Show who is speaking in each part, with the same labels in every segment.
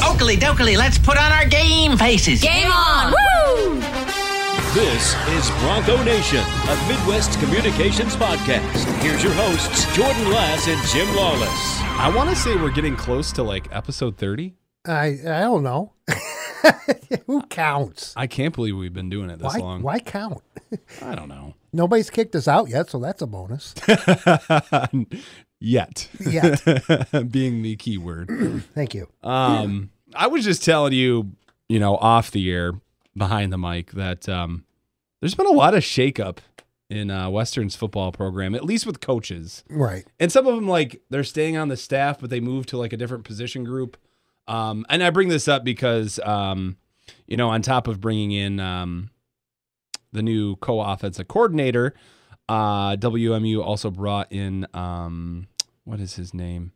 Speaker 1: Okey dokey, let's put on our game faces.
Speaker 2: Game on! Woo!
Speaker 3: This is Bronco Nation, a Midwest communications podcast. Here's your hosts, Jordan Lass and Jim Lawless.
Speaker 4: I want to say we're getting close to like episode 30.
Speaker 5: I I don't know. Who counts?
Speaker 4: I can't believe we've been doing it this
Speaker 5: Why,
Speaker 4: long.
Speaker 5: why count?
Speaker 4: I don't know.
Speaker 5: Nobody's kicked us out yet, so that's a bonus.
Speaker 4: Yet.
Speaker 5: Yeah,
Speaker 4: Being the key word.
Speaker 5: thank you.
Speaker 4: Um, I was just telling you, you know, off the air behind the mic that um, there's been a lot of shakeup in uh, Western's football program, at least with coaches.
Speaker 5: Right.
Speaker 4: and some of them like they're staying on the staff but they move to like a different position group um and i bring this up because um you know on top of bringing in um the new co-offensive coordinator uh wmu also brought in um what is his name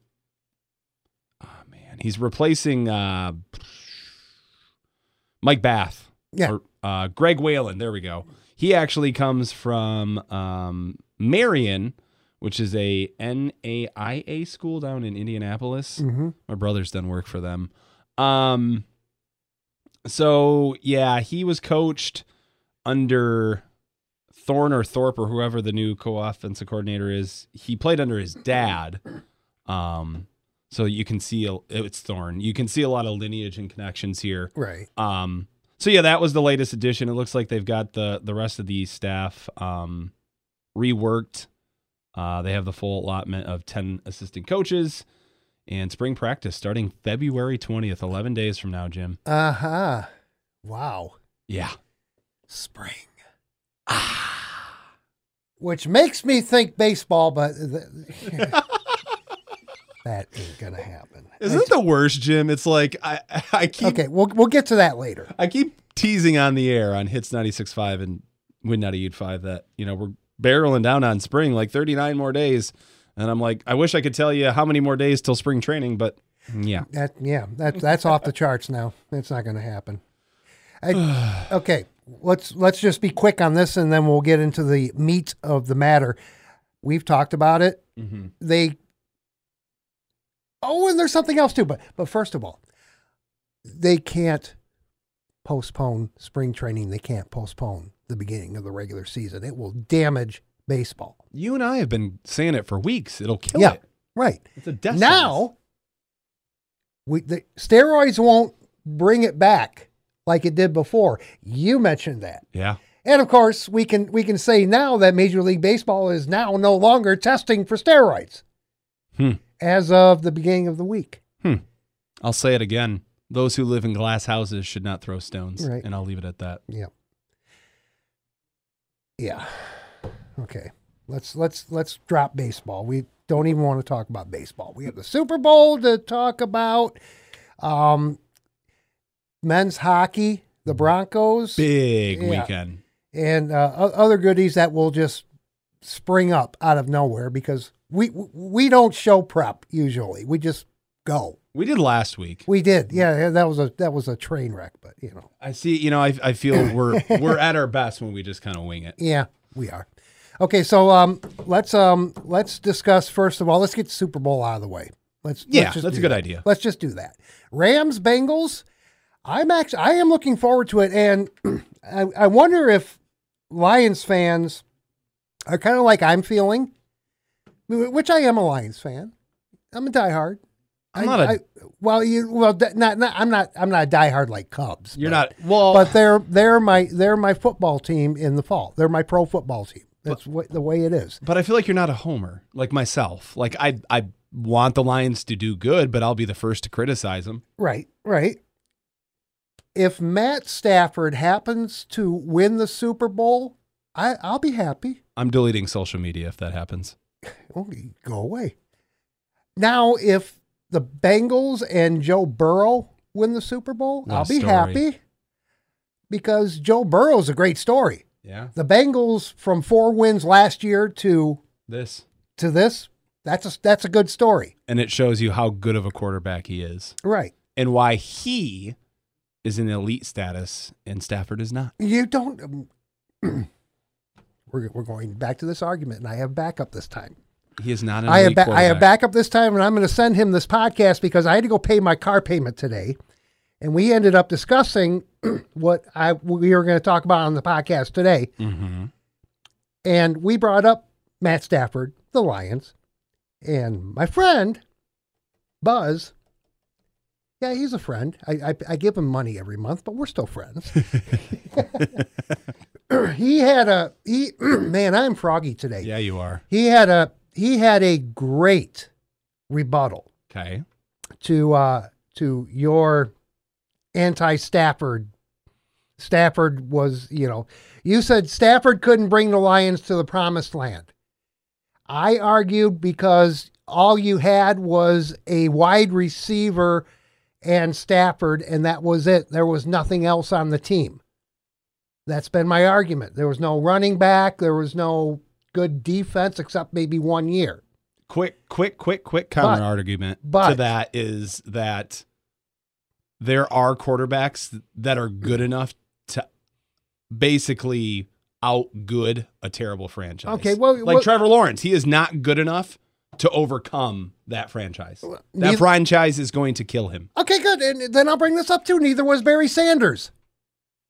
Speaker 4: oh man he's replacing uh mike bath
Speaker 5: Yeah.
Speaker 4: or, uh greg whalen there we go he actually comes from um marion which is a NAIA school down in Indianapolis.
Speaker 5: hmm
Speaker 4: My brother's done work for them. Um, so yeah, he was coached under Thorne or Thorpe or whoever the new co-offensive coordinator is. He played under his dad. Um, so you can see a, it's Thorne. You can see a lot of lineage and connections here.
Speaker 5: Right.
Speaker 4: Um, so yeah, that was the latest edition. It looks like they've got the the rest of the staff um, reworked. Uh, they have the full allotment of ten assistant coaches, and spring practice starting February twentieth, eleven days from now. Jim,
Speaker 5: Uh huh. Wow.
Speaker 4: yeah,
Speaker 5: Spring. Ah. Which makes me think baseball, but th- that ain't gonna happen.
Speaker 4: isn't it the worst, Jim? It's like I I keep
Speaker 5: Okay, we'll we'll get to that later.
Speaker 4: I keep teasing on the air on hits ninety six five and win ninety eight five that you know we're barreling down on spring like thirty nine more days, and I'm like I wish I could tell you how many more days till spring training, but yeah.
Speaker 5: That yeah, that that's off the charts now. That's not going to happen. I, okay, let's let's just be quick on this, and then we'll get into the meat of the matter. We've talked about it.
Speaker 4: Mhm.
Speaker 5: They. Oh, and there's something else too. But but first of all, they can't postpone spring training. They can't postpone the beginning of the regular season. It will damage baseball.
Speaker 4: You and I have been saying it for weeks. It'll kill
Speaker 5: yeah,
Speaker 4: it.
Speaker 5: right.
Speaker 4: It's a death
Speaker 5: now we the steroids won't bring it back like it did before you mentioned that
Speaker 4: Yeah.
Speaker 5: and of course we can we can say now that major league baseball is now no longer testing for steroids
Speaker 4: Hmm.
Speaker 5: as of the beginning of the week
Speaker 4: I'll say it again. Those who live in glass houses should not throw stones.
Speaker 5: Right.
Speaker 4: And I'll leave it at that.
Speaker 5: yeah yeah okay let's let's let's drop baseball we don't even want to talk about baseball we have the super bowl to talk about um men's hockey the broncos
Speaker 4: Big
Speaker 5: Yeah.
Speaker 4: weekend.
Speaker 5: and uh, o- other goodies that will just spring up out of nowhere because we we don't show prep usually. We just go.
Speaker 4: We did last week.
Speaker 5: We did, yeah. yeah, That was a that was a train wreck, but you know,
Speaker 4: I see, you know, I, I feel we're we're at our best when we just kind of wing it.
Speaker 5: yeah, we are. Okay, so um, let's um, let's discuss first of all. Let's get Super Bowl out of the way. Let's
Speaker 4: Yeah,
Speaker 5: let's just
Speaker 4: that's a
Speaker 5: do
Speaker 4: good
Speaker 5: that.
Speaker 4: idea.
Speaker 5: Let's just do that. Rams Bengals. I'm actually I am looking forward to it, and I, I wonder if Lions fans are kind of like I'm feeling, wh- which I am a Lions fan. I'm a diehard.
Speaker 4: I'm not a-
Speaker 5: I- well, you well d- not, not I'm not I'm not a diehard like Cubs.
Speaker 4: You're
Speaker 5: but-
Speaker 4: not well
Speaker 5: but they're they're my they're my football team in the fall. They're my pro football team. That's what, the way it is.
Speaker 4: but I feel like you're not a homer, like myself. Like I I want the Lions to do good, but I'll be the first to criticize them.
Speaker 5: Right, right. If Matt Stafford happens to win the Super Bowl, I, I'll be happy.
Speaker 4: I'm deleting social media if that happens.
Speaker 5: Okay, go away. Now, if the Bengals and Joe Burrow win the Super Bowl,
Speaker 4: What a
Speaker 5: I'll be
Speaker 4: story.
Speaker 5: happy because Joe Burrow's a great story.
Speaker 4: Yeah.
Speaker 5: The Bengals from four wins last year to
Speaker 4: This.
Speaker 5: to this, that's a that's a good story.
Speaker 4: And it shows you how good of a quarterback he is.
Speaker 5: Right.
Speaker 4: and why he is in elite status and Stafford is not.
Speaker 5: You don't. um, we're, we're going back to this argument, and I have backup this time.
Speaker 4: He is not an
Speaker 5: I have
Speaker 4: elite
Speaker 5: ba- I have
Speaker 4: quarterback.
Speaker 5: backup this time, and I'm going to send him this podcast because I had to go pay my car payment today, and we ended up discussing what I we were going to talk about on the podcast today.
Speaker 4: Mm-hmm.
Speaker 5: And we brought up Matt Stafford, the Lions, and my friend, Buzz. Yeah, he's a friend. I, I, I give him money every month, but we're still friends. he had a he man, I'm froggy today.
Speaker 4: Yeah, you are.
Speaker 5: He had a he had a great rebuttal
Speaker 4: Okay.
Speaker 5: to uh to your anti Stafford. Stafford was, you know, you said Stafford couldn't bring the Lions to the promised land. I argued because all you had was a wide receiver and Stafford, and that was it. There was nothing else on the team. That's been my argument. There was no running back, there was no good defense except maybe one year.
Speaker 4: quick, quick, quick, quick counter
Speaker 5: But-
Speaker 4: argument to
Speaker 5: but-
Speaker 4: that is that there are quarterbacks that are good enough to basically out good a terrible franchise.
Speaker 5: Okay, well-
Speaker 4: like
Speaker 5: well-
Speaker 4: Trevor Lawrence, he is not good enough to overcome that franchise. That
Speaker 5: neith-
Speaker 4: franchise is going to kill him.
Speaker 5: Okay, good. And then I'll bring this up too. Neither was Barry Sanders.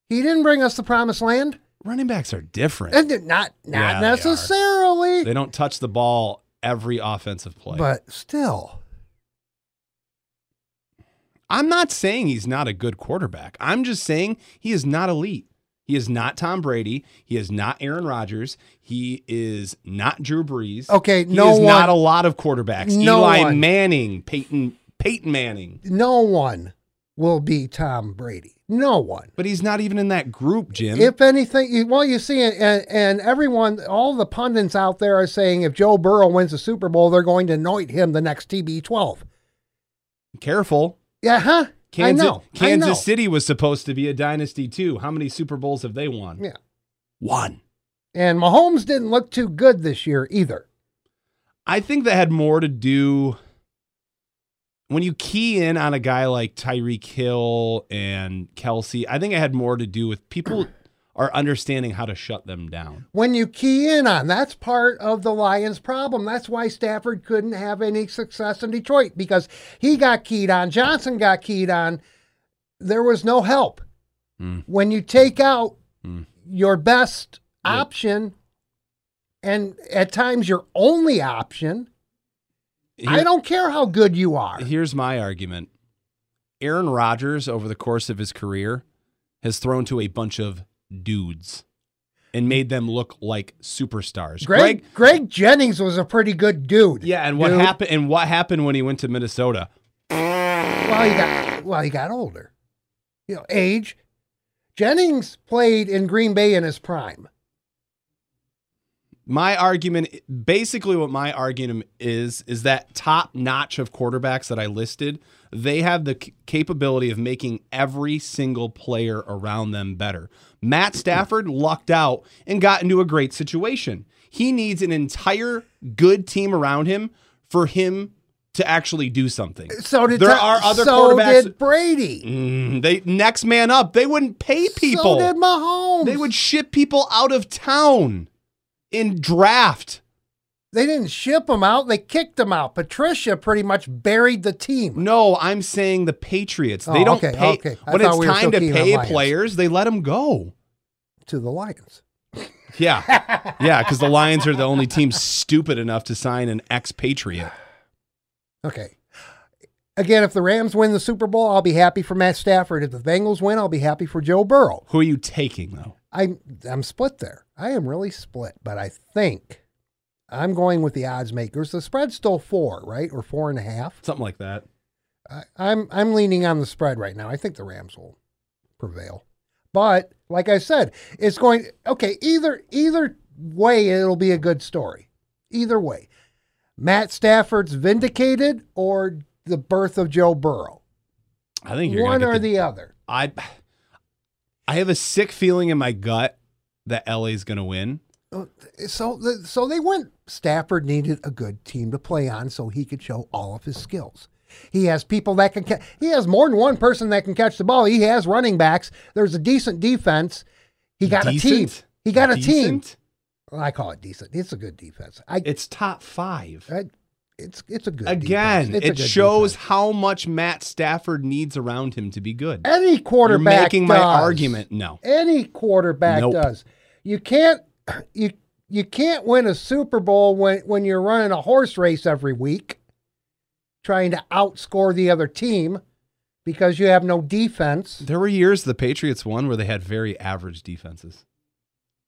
Speaker 5: He didn't bring us the promised land,
Speaker 4: Running backs are different.
Speaker 5: and it- not
Speaker 4: Yeah,
Speaker 5: not
Speaker 4: they are.
Speaker 5: necessarily,
Speaker 4: they don't touch the ball every offensive play.
Speaker 5: but still.
Speaker 4: I'm not saying he's not a good quarterback. I'm just saying he is not elite. He is not Tom Brady. He is not Aaron Rodgers. He is not Drew Brees.
Speaker 5: Okay,
Speaker 4: he
Speaker 5: no
Speaker 4: is
Speaker 5: one-
Speaker 4: not a lot of quarterbacks.
Speaker 5: No
Speaker 4: Eli
Speaker 5: one.
Speaker 4: Manning, Peyton, Peyton Manning.
Speaker 5: No one will be Tom Brady. No one.
Speaker 4: But he's not even in that group, Jim.
Speaker 5: If anything, you, well, you see, and, and everyone, all the pundits out there are saying if Joe Burrow wins the Super Bowl, they're going to anoint him the next TB12.
Speaker 4: Careful.
Speaker 5: Yeah, huh?
Speaker 4: Kansas,
Speaker 5: I know. I
Speaker 4: Kansas
Speaker 5: know.
Speaker 4: City was supposed to be a dynasty too. How many Super Bowls have they won?
Speaker 5: Yeah.
Speaker 4: One.
Speaker 5: And Mahomes didn't look too good this year either.
Speaker 4: I think that had more to do when you key in on a guy like Tyreek Hill and Kelsey. I think it had more to do with people are understanding how to shut them down.
Speaker 5: when you key in on. That's part of the Lions' problem. That's why Stafford couldn't have any success in Detroit because he got keyed on, Johnson got keyed on. There was no help.
Speaker 4: Mm.
Speaker 5: When you take out
Speaker 4: Mm.
Speaker 5: your best option and at times your only option, I
Speaker 4: Here-
Speaker 5: don't care how good you are.
Speaker 4: Here's my argument: Aaron Rodgers, over the course of his career, has thrown to a bunch of dudes and made them look like superstars.
Speaker 5: Greg, Greg Jennings was a pretty good dude.
Speaker 4: yeah, and what
Speaker 5: Dude.
Speaker 4: happened? And what happened when he went to Minnesota?
Speaker 5: Well, he got well, he got older. You know, age. Jennings played in Green Bay in his prime.
Speaker 4: my argument basically what my argument is is that top notch of quarterbacks that i listed they have the c- capability of making every single player around them better matt stafford lucked out and got into a great situation he needs an entire good team around him for him to actually do something
Speaker 5: So did
Speaker 4: there
Speaker 5: Tom-
Speaker 4: are other
Speaker 5: so
Speaker 4: quarterbacks
Speaker 5: did Brady.
Speaker 4: Mm, they next man up they wouldn't pay people
Speaker 5: So did Mahomes.
Speaker 4: they would ship people out of town in draft
Speaker 5: They didn't ship him out. They kicked him out. Patricia pretty much buried the team.
Speaker 4: No, I'm saying the Patriots. They
Speaker 5: Oh,
Speaker 4: don't
Speaker 5: okay,
Speaker 4: pay.
Speaker 5: okay. I
Speaker 4: When
Speaker 5: thought
Speaker 4: it's
Speaker 5: we were
Speaker 4: time to
Speaker 5: still keen on
Speaker 4: pay
Speaker 5: Lions.
Speaker 4: players, they let them go.
Speaker 5: To the Lions.
Speaker 4: Yeah. yeah, because the Lions are the only team stupid enough to sign an expatriate.
Speaker 5: Okay. Again, if the Rams win the Super Bowl, I'll be happy for Matt Stafford. If the Bengals win, I'll be happy for Joe Burrow.
Speaker 4: Who are you taking, though?
Speaker 5: I'm I'm split there. I am really split, but I think I'm going with the odds makers. The spread's still four, right, or four and a half.
Speaker 4: Something like that.
Speaker 5: I, I'm I'm leaning on the spread right now. I think the Rams will prevail, but like I said, it's going okay. Either either way, it'll be a good story. Either way, Matt Stafford's vindicated or the birth of Joe Burrow.
Speaker 4: I think you're
Speaker 5: One
Speaker 4: gonna
Speaker 5: or
Speaker 4: get
Speaker 5: the other.
Speaker 4: I, I have a sick feeling in my gut that LA's going to win.
Speaker 5: So the, so they went. Stafford needed a good team to play on so he could show all of his skills. He has people that can. Ca- he has more than one person that can catch the ball. He has running backs. There's a decent defense. He got a team.
Speaker 4: Decent?
Speaker 5: He got a team.
Speaker 4: Decent?
Speaker 5: Well, I call it decent. It's a good defense. I
Speaker 4: It's top five.
Speaker 5: I, it's it's a good
Speaker 4: Again,
Speaker 5: defense. It's a
Speaker 4: it
Speaker 5: good
Speaker 4: shows
Speaker 5: defense.
Speaker 4: how much Matt Stafford needs around him to be good.
Speaker 5: any
Speaker 4: You're
Speaker 5: quarterback
Speaker 4: making my
Speaker 5: does.
Speaker 4: argument. No.
Speaker 5: Any quarterback
Speaker 4: Nope.
Speaker 5: does. You can't you you can't win a Super Bowl when when you're running a horse race every week, trying to outscore the other team because you have no defense.
Speaker 4: There were years the Patriots won where they had very average defenses.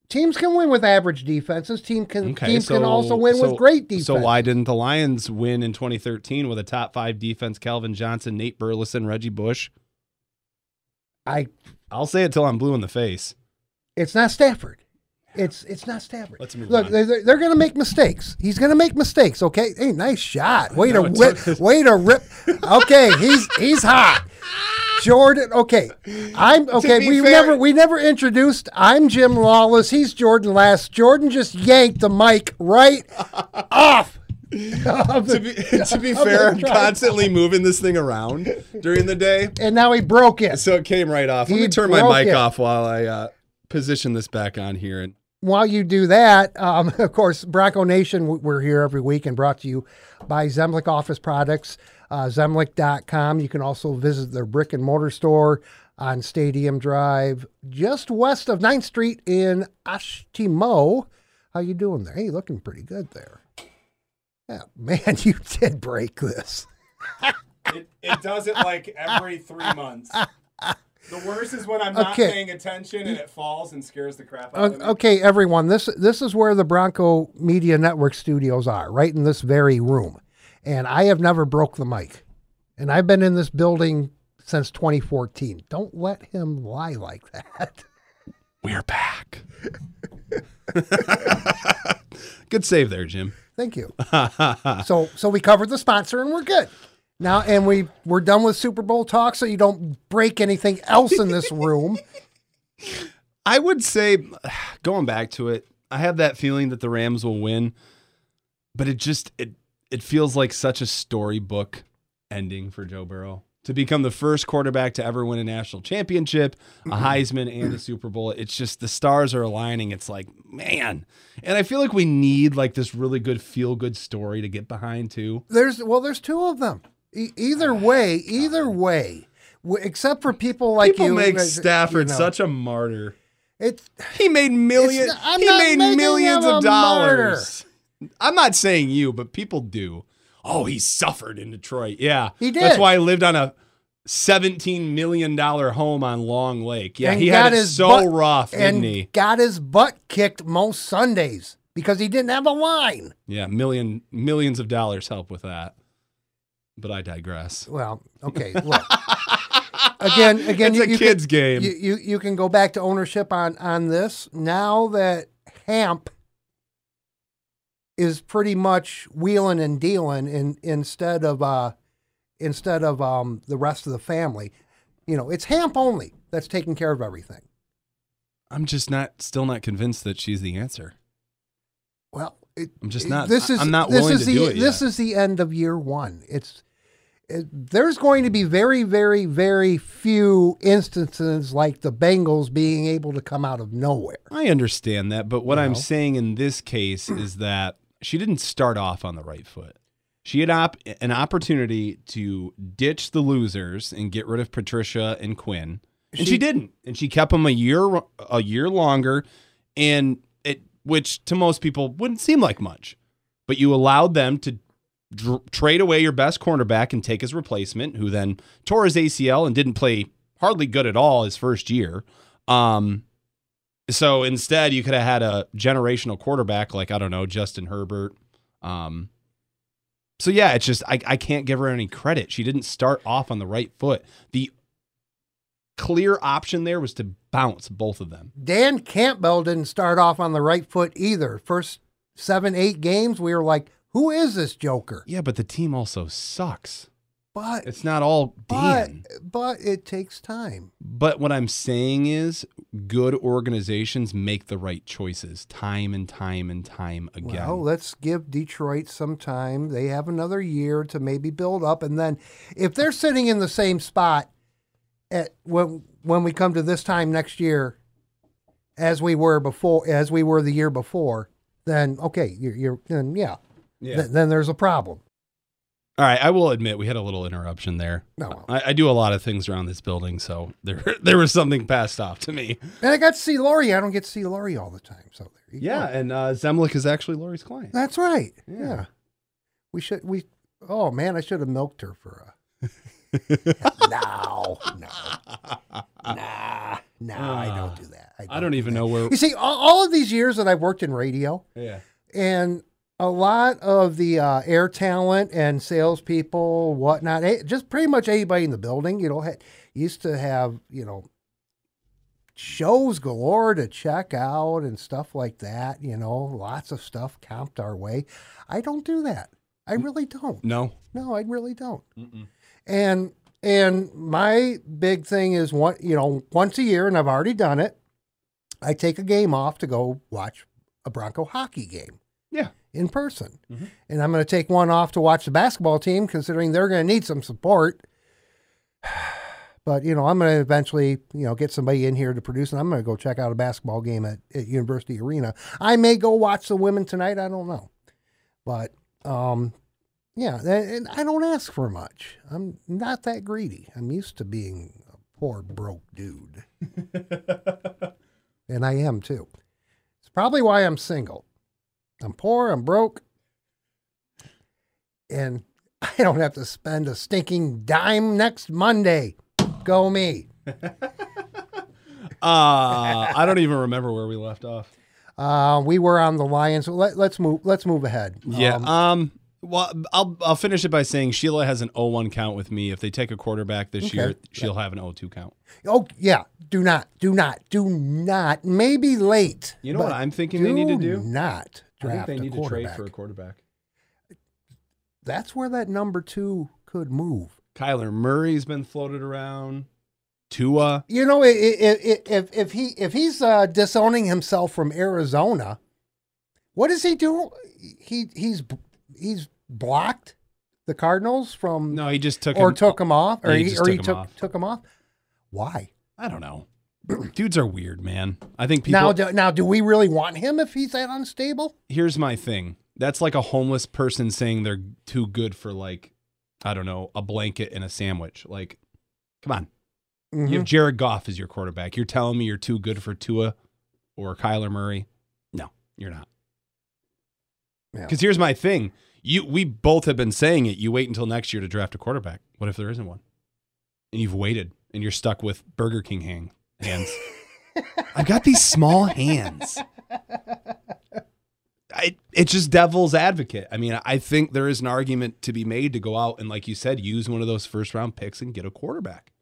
Speaker 5: Teams can win with average defenses. Team can
Speaker 4: Okay,
Speaker 5: teams can
Speaker 4: so-
Speaker 5: also win
Speaker 4: so-
Speaker 5: with great defense.
Speaker 4: So why didn't the Lions win in 2013 with a top five defense? Calvin Johnson, Nate Burleson, Reggie Bush.
Speaker 5: I
Speaker 4: I'll say it till I'm blue in the face.
Speaker 5: It's not Stafford. It's it's not Stafford.
Speaker 4: Let's move
Speaker 5: Look,
Speaker 4: on.
Speaker 5: they're, they're going to make mistakes. He's going to make mistakes. Okay. Hey, nice shot. Way
Speaker 4: know,
Speaker 5: to
Speaker 4: it
Speaker 5: whip.
Speaker 4: took-
Speaker 5: Way to rip. Okay, he's he's hot. Jordan. Okay, I'm okay.
Speaker 4: be
Speaker 5: We
Speaker 4: fair-
Speaker 5: never we never introduced. I'm Jim Lawless. He's Jordan Last. Jordan just yanked the mic right off. of
Speaker 4: to
Speaker 5: the-
Speaker 4: be, to be fair, I'm
Speaker 5: trying.
Speaker 4: constantly moving this thing around during the day,
Speaker 5: and now he broke it.
Speaker 4: so it came right off. Let
Speaker 5: He
Speaker 4: me turn my
Speaker 5: broke
Speaker 4: mic
Speaker 5: it.
Speaker 4: off while I uh, position this back on here. And
Speaker 5: while you do that, um, of course, Bronco Nation, w- we're here every week and brought to you by Zemlik Office Products, uh, zemlik.com. You can also visit their brick and mortar store on Stadium Drive, just west of 9th Street in Ashtimo. How you doing there? Hey, looking pretty good there. Yeah, man, you did break this.
Speaker 2: It, it does it like every three months. The worst is when I'm not
Speaker 5: Okay.
Speaker 2: paying attention and it falls and scares the crap out
Speaker 5: O-
Speaker 2: of me.
Speaker 5: okay, everyone, this this is where the Bronco Media Network studios are, right in this very room. And I have never broke the mic. And I've been in this building since 2014. Don't let him lie like that.
Speaker 4: we're back. Good save there, Jim.
Speaker 5: Thank you. so so we covered the sponsor and we're good. Now and we we're done with Super Bowl talk so you don't break anything else in this room.
Speaker 4: I would say, going back to it, I have that feeling that the Rams will win, but it just it it feels like such a storybook ending for Joe Burrow to become the first quarterback to ever win a national championship, a
Speaker 5: Mm-hmm.
Speaker 4: Heisman, and a Super Bowl. It's just the stars are aligning. It's like man, and I feel like we need like this really good feel good story to get behind too.
Speaker 5: There's well there's two of them. E- either way, either way. W- Except for people like
Speaker 4: Ah. People
Speaker 5: you,
Speaker 4: make
Speaker 5: uh, you
Speaker 4: Stafford
Speaker 5: know.
Speaker 4: such a martyr.
Speaker 5: It's
Speaker 4: He made millions.
Speaker 5: It's not- I'm
Speaker 4: he
Speaker 5: not
Speaker 4: made
Speaker 5: making
Speaker 4: millions
Speaker 5: him a
Speaker 4: of dollars. I'm not saying you, but people do. Oh, he suffered in Detroit. Yeah,
Speaker 5: He
Speaker 4: That's
Speaker 5: did.
Speaker 4: why he lived on a seventeen million dollar home on Long Lake. Yeah,
Speaker 5: and
Speaker 4: he had
Speaker 5: got
Speaker 4: it
Speaker 5: his
Speaker 4: so
Speaker 5: butt-
Speaker 4: rough, didn't
Speaker 5: and
Speaker 4: he?
Speaker 5: Got his butt kicked most Sundays because he didn't have a line.
Speaker 4: Yeah, million millions of dollars help with that. But I digress. Ah,
Speaker 5: Well, okay, look. again, again,
Speaker 4: It's
Speaker 5: you,
Speaker 4: a
Speaker 5: you
Speaker 4: kid's
Speaker 5: can,
Speaker 4: game.
Speaker 5: You, you you can go back to ownership on on this now that Hamp is pretty much wheeling and dealing in instead of uh instead of um the rest of the family. You know, it's Hamp only that's taking care of everything.
Speaker 4: I'm just not, still not convinced that she's the answer.
Speaker 5: Well, it,
Speaker 4: I'm just
Speaker 5: it-
Speaker 4: not-
Speaker 5: This
Speaker 4: I-
Speaker 5: is
Speaker 4: I'm not
Speaker 5: this
Speaker 4: willing
Speaker 5: is
Speaker 4: to
Speaker 5: the
Speaker 4: do it
Speaker 5: this
Speaker 4: yet.
Speaker 5: is the end of year one. It's it, there's going to be very, very, very few instances like the Bengals being able to come out of nowhere.
Speaker 4: I understand that, but what I'm
Speaker 5: No.
Speaker 4: saying in this case is that she didn't start off on the right foot. She had op- an opportunity to ditch the losers and get rid of Patricia and Quinn, and she,
Speaker 5: She-
Speaker 4: didn't. And she kept them a year a year longer, and it which to most people wouldn't seem like much, but you allowed them to dr- trade away your best cornerback and take his replacement, who then tore his ACL and didn't play hardly good at all his first year. Um, so instead, you could have had a generational quarterback like I don't know Justin Herbert. Um, so yeah, it's just I, I can't give her any credit. She didn't start off on the right foot. The clear option there was to bounce both of them.
Speaker 5: Dan Campbell didn't start off on the right foot either. First seven, eight games, we were like, "Who is this Joker?"
Speaker 4: Yeah, but the team also sucks.
Speaker 5: But
Speaker 4: It's not all
Speaker 5: but
Speaker 4: Dan.
Speaker 5: but it takes time.
Speaker 4: But what I'm saying is, good organizations make the right choices time and time and time again.
Speaker 5: Well, let's give Detroit some time. They have another year to maybe build up, and then if they're sitting in the same spot at when when we come to this time next year, as we were before, as we were the year before, then okay, you're, you're then yeah,
Speaker 4: Yeah.
Speaker 5: Th- then there's a problem.
Speaker 4: All right, I will admit we had a little interruption there.
Speaker 5: Oh, well.
Speaker 4: I, I do a lot of things around this building, so there there was something passed off to me.
Speaker 5: And I got to see Laurie. I don't get to see Laurie all the time. So there you
Speaker 4: Yeah,
Speaker 5: go.
Speaker 4: and uh, Zemlik is actually Lori's client.
Speaker 5: That's right.
Speaker 4: Yeah.
Speaker 5: Yeah. We should, we, oh man, I should have milked her for a. no, no. Nah, no, I don't do that.
Speaker 4: Ah, I don't even
Speaker 5: do
Speaker 4: know where.
Speaker 5: that. You see, all, all of these years that I've worked in radio,
Speaker 4: Yeah,
Speaker 5: and a lot of the uh, air talent and salespeople, whatnot, eh, just pretty much anybody in the building, you know, had, used to have, you know, shows galore to check out and stuff like that, you know, lots of stuff comped our way. I don't do that. I really don't.
Speaker 4: no.
Speaker 5: No, I really don't. And and my big thing is one, you know, once a year, and I've already done it. I take a game off to go watch a Bronco hockey game
Speaker 4: Yeah,
Speaker 5: in person, and I'm going to take one off to watch the basketball team, considering they're going to need some support. But you know, I'm going to eventually, you know, get somebody in here to produce, and I'm going to go check out a basketball game at, at University Arena. I may go watch the women tonight. I don't know, but um, yeah, tha- and I don't ask for much. I'm not that greedy. I'm used to being a poor broke dude, and I am too. It's probably why I'm single. I'm poor. I'm broke, and I don't have to spend a stinking dime next Monday. Go me.
Speaker 4: uh, I don't even remember where we left off.
Speaker 5: Uh, we were on the Lions. Let, let's move. Let's move ahead.
Speaker 4: Yeah.
Speaker 5: Um,
Speaker 4: Um, well, I'll I'll finish it by saying Sheila has an 0-1 count with me. If they take a quarterback this
Speaker 5: Okay.
Speaker 4: year, she'll have an 0-2 count.
Speaker 5: oh yeah. Do not. Do not. Do not. Maybe late.
Speaker 4: You know what
Speaker 5: but
Speaker 4: I'm thinking they need to do?
Speaker 5: Not
Speaker 4: I think
Speaker 5: draft
Speaker 4: they
Speaker 5: a
Speaker 4: need to trade
Speaker 5: quarterback.
Speaker 4: for a quarterback.
Speaker 5: That's where that number two could move.
Speaker 4: Kyler Murray's been floated around. Tua.
Speaker 5: You know, i- i- i- if if he if he's uh, disowning himself from Arizona, what does he do? He he's he's blocked the Cardinals from
Speaker 4: No, he just took
Speaker 5: or
Speaker 4: him-
Speaker 5: took him off, or
Speaker 4: Yeah, he
Speaker 5: he,
Speaker 4: just
Speaker 5: or
Speaker 4: took
Speaker 5: he
Speaker 4: him
Speaker 5: took
Speaker 4: off.
Speaker 5: took him off. Why?
Speaker 4: I don't know. Dudes are weird, man. I think people
Speaker 5: now, do, now, do we really want him if he's that unstable?
Speaker 4: here's my thing. That's like a homeless person saying they're too good for like, I don't know, a blanket and a sandwich. Like, come on. You have Jared Goff as your quarterback. You're telling me you're too good for Tua or Kyler Murray? No, you're not.
Speaker 5: Yeah.
Speaker 4: Because here's my thing. You we both have been saying it. You wait until next year to draft a quarterback. What if there isn't one? And you've waited and you're stuck with Burger King hang hands. I've got these small hands. I, it's just devil's advocate. I mean, I think there is an argument to be made to go out and, like you said, use one of those first round picks and get a quarterback.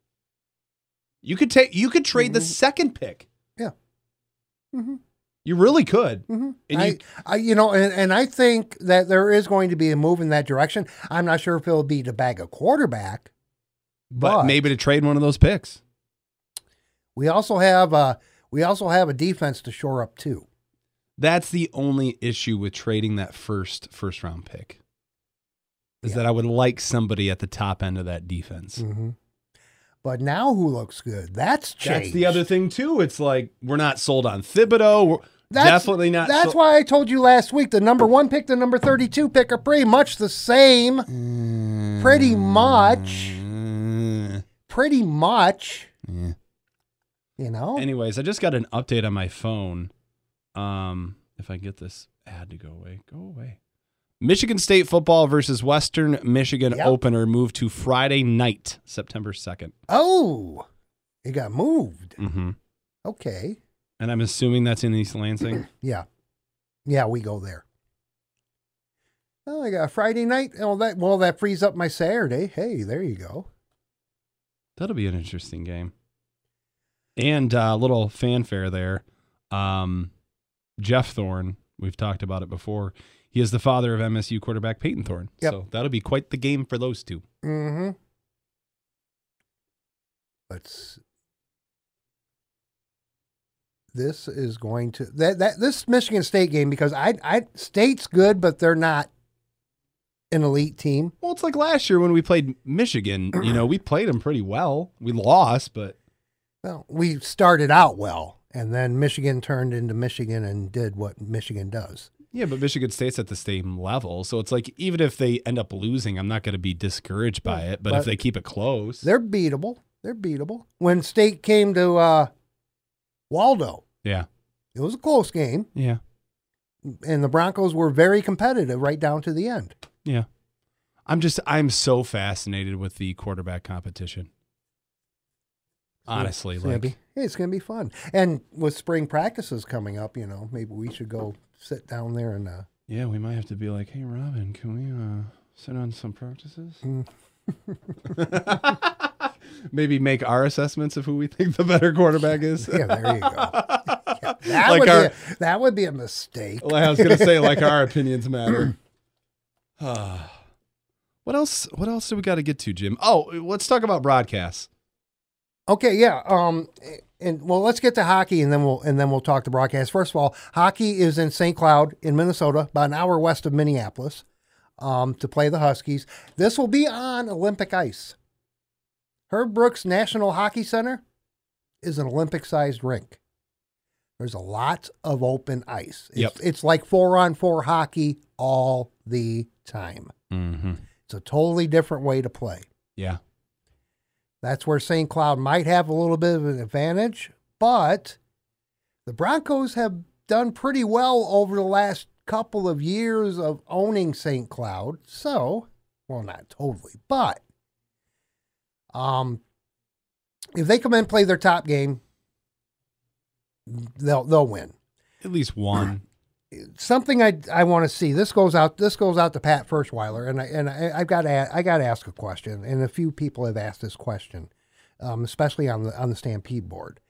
Speaker 4: You could take, you could trade the second pick.
Speaker 5: Mm-hmm. Yeah. Mhm.
Speaker 4: You really could. And
Speaker 5: I,
Speaker 4: you-
Speaker 5: I, you know, and, and I think that there is going to be a move in that direction. I'm not sure if it'll be to bag a quarterback.
Speaker 4: but, maybe to trade one of those picks.
Speaker 5: we also have a we also have a defense to shore up too.
Speaker 4: That's the only issue with trading that first first round pick. Is that I would like somebody at the top end of that defense.
Speaker 5: Mm. But now who looks good? That's changed.
Speaker 4: Mm-hmm. That's the other thing too. It's like we're not sold on Thibodeau. We're
Speaker 5: That's-
Speaker 4: definitely not.
Speaker 5: That's
Speaker 4: so-
Speaker 5: why I told you last week the number one pick, the number thirty-two pick are pretty much the same. Pretty much.
Speaker 4: Mm.
Speaker 5: Pretty much.
Speaker 4: Yeah.
Speaker 5: You know.
Speaker 4: Anyways, I just got an update on my phone. Um, if I get this ad to go away, go away. Michigan State football versus Western Michigan
Speaker 5: Yep.
Speaker 4: opener moved to Friday night, September 2nd
Speaker 5: oh, it got moved.
Speaker 4: Mm-hmm.
Speaker 5: Okay.
Speaker 4: And I'm assuming that's in East Lansing.
Speaker 5: Yeah. Yeah, we go there. Oh, I got Friday night. Oh, that well, that frees up my Saturday. Hey, there you go.
Speaker 4: That'll be an interesting game. And uh, a little fanfare there. Um, Jeff Thorne, we've talked about it before. He is the father of MSU quarterback Peyton Thorne.
Speaker 5: Yep.
Speaker 4: So that'll be quite the game for those two.
Speaker 5: Mm-hmm. Let's. This is going to that that this Michigan State game because I I State's good, but they're not an elite team.
Speaker 4: Well, it's like last year when we played Michigan. You know, we played them pretty well. We lost, but
Speaker 5: Well, we started out well, and then Michigan turned into Michigan and did what Michigan does.
Speaker 4: Yeah, but Michigan State's at the same level, so it's like even if they end up losing, I'm not going to be discouraged by it. But, if
Speaker 5: But-
Speaker 4: they keep it close,
Speaker 5: They're beatable. They're beatable. When State came to uh, Waldo,
Speaker 4: yeah,
Speaker 5: it was a close game,
Speaker 4: yeah,
Speaker 5: and the Broncos were very competitive right down to the end.
Speaker 4: yeah. I'm just I'm so fascinated with the quarterback competition. Honestly,
Speaker 5: it's gonna
Speaker 4: like
Speaker 5: be, yeah, it's going to be fun. And with spring practices coming up, you know, maybe we should go sit down there and uh,
Speaker 4: yeah, we might have to be like, hey, Robin, can we uh, sit on some practices?
Speaker 5: Mm.
Speaker 4: Maybe make our assessments of who we think the better quarterback is.
Speaker 5: yeah, there you go. that,
Speaker 4: Like
Speaker 5: would
Speaker 4: our-
Speaker 5: be a, that would be a mistake.
Speaker 4: Well, I was gonna say like our opinions matter. Ah. what else? What else do we got to get to, Jim? Oh, let's talk about broadcasts.
Speaker 5: Okay, yeah. Um, and well, let's get to hockey, and then we'll and then we'll talk to broadcast. First of all, hockey is in St. Cloud in Minnesota, about an hour west of Minneapolis, um, to play the Huskies. This will be on Olympic ice. Herb Brooks National Hockey Center is an Olympic-sized rink. There's a lot of open ice. It's,
Speaker 4: Yep.
Speaker 5: it's like four-on-four hockey all the time.
Speaker 4: Mm-hmm.
Speaker 5: It's a totally different way to play.
Speaker 4: Yeah.
Speaker 5: That's where St. Cloud might have a little bit of an advantage, but the Broncos have done pretty well over the last couple of years of owning St. Cloud. So, well, not totally, but um, if they come in and play their top game, they'll they'll win.
Speaker 4: At least one.
Speaker 5: Something I I want to see. This goes out this goes out to Pat Firstweiler, and I, and I, I've got to a- I got to ask a question, and a few people have asked this question um, especially on the on the Stampede board.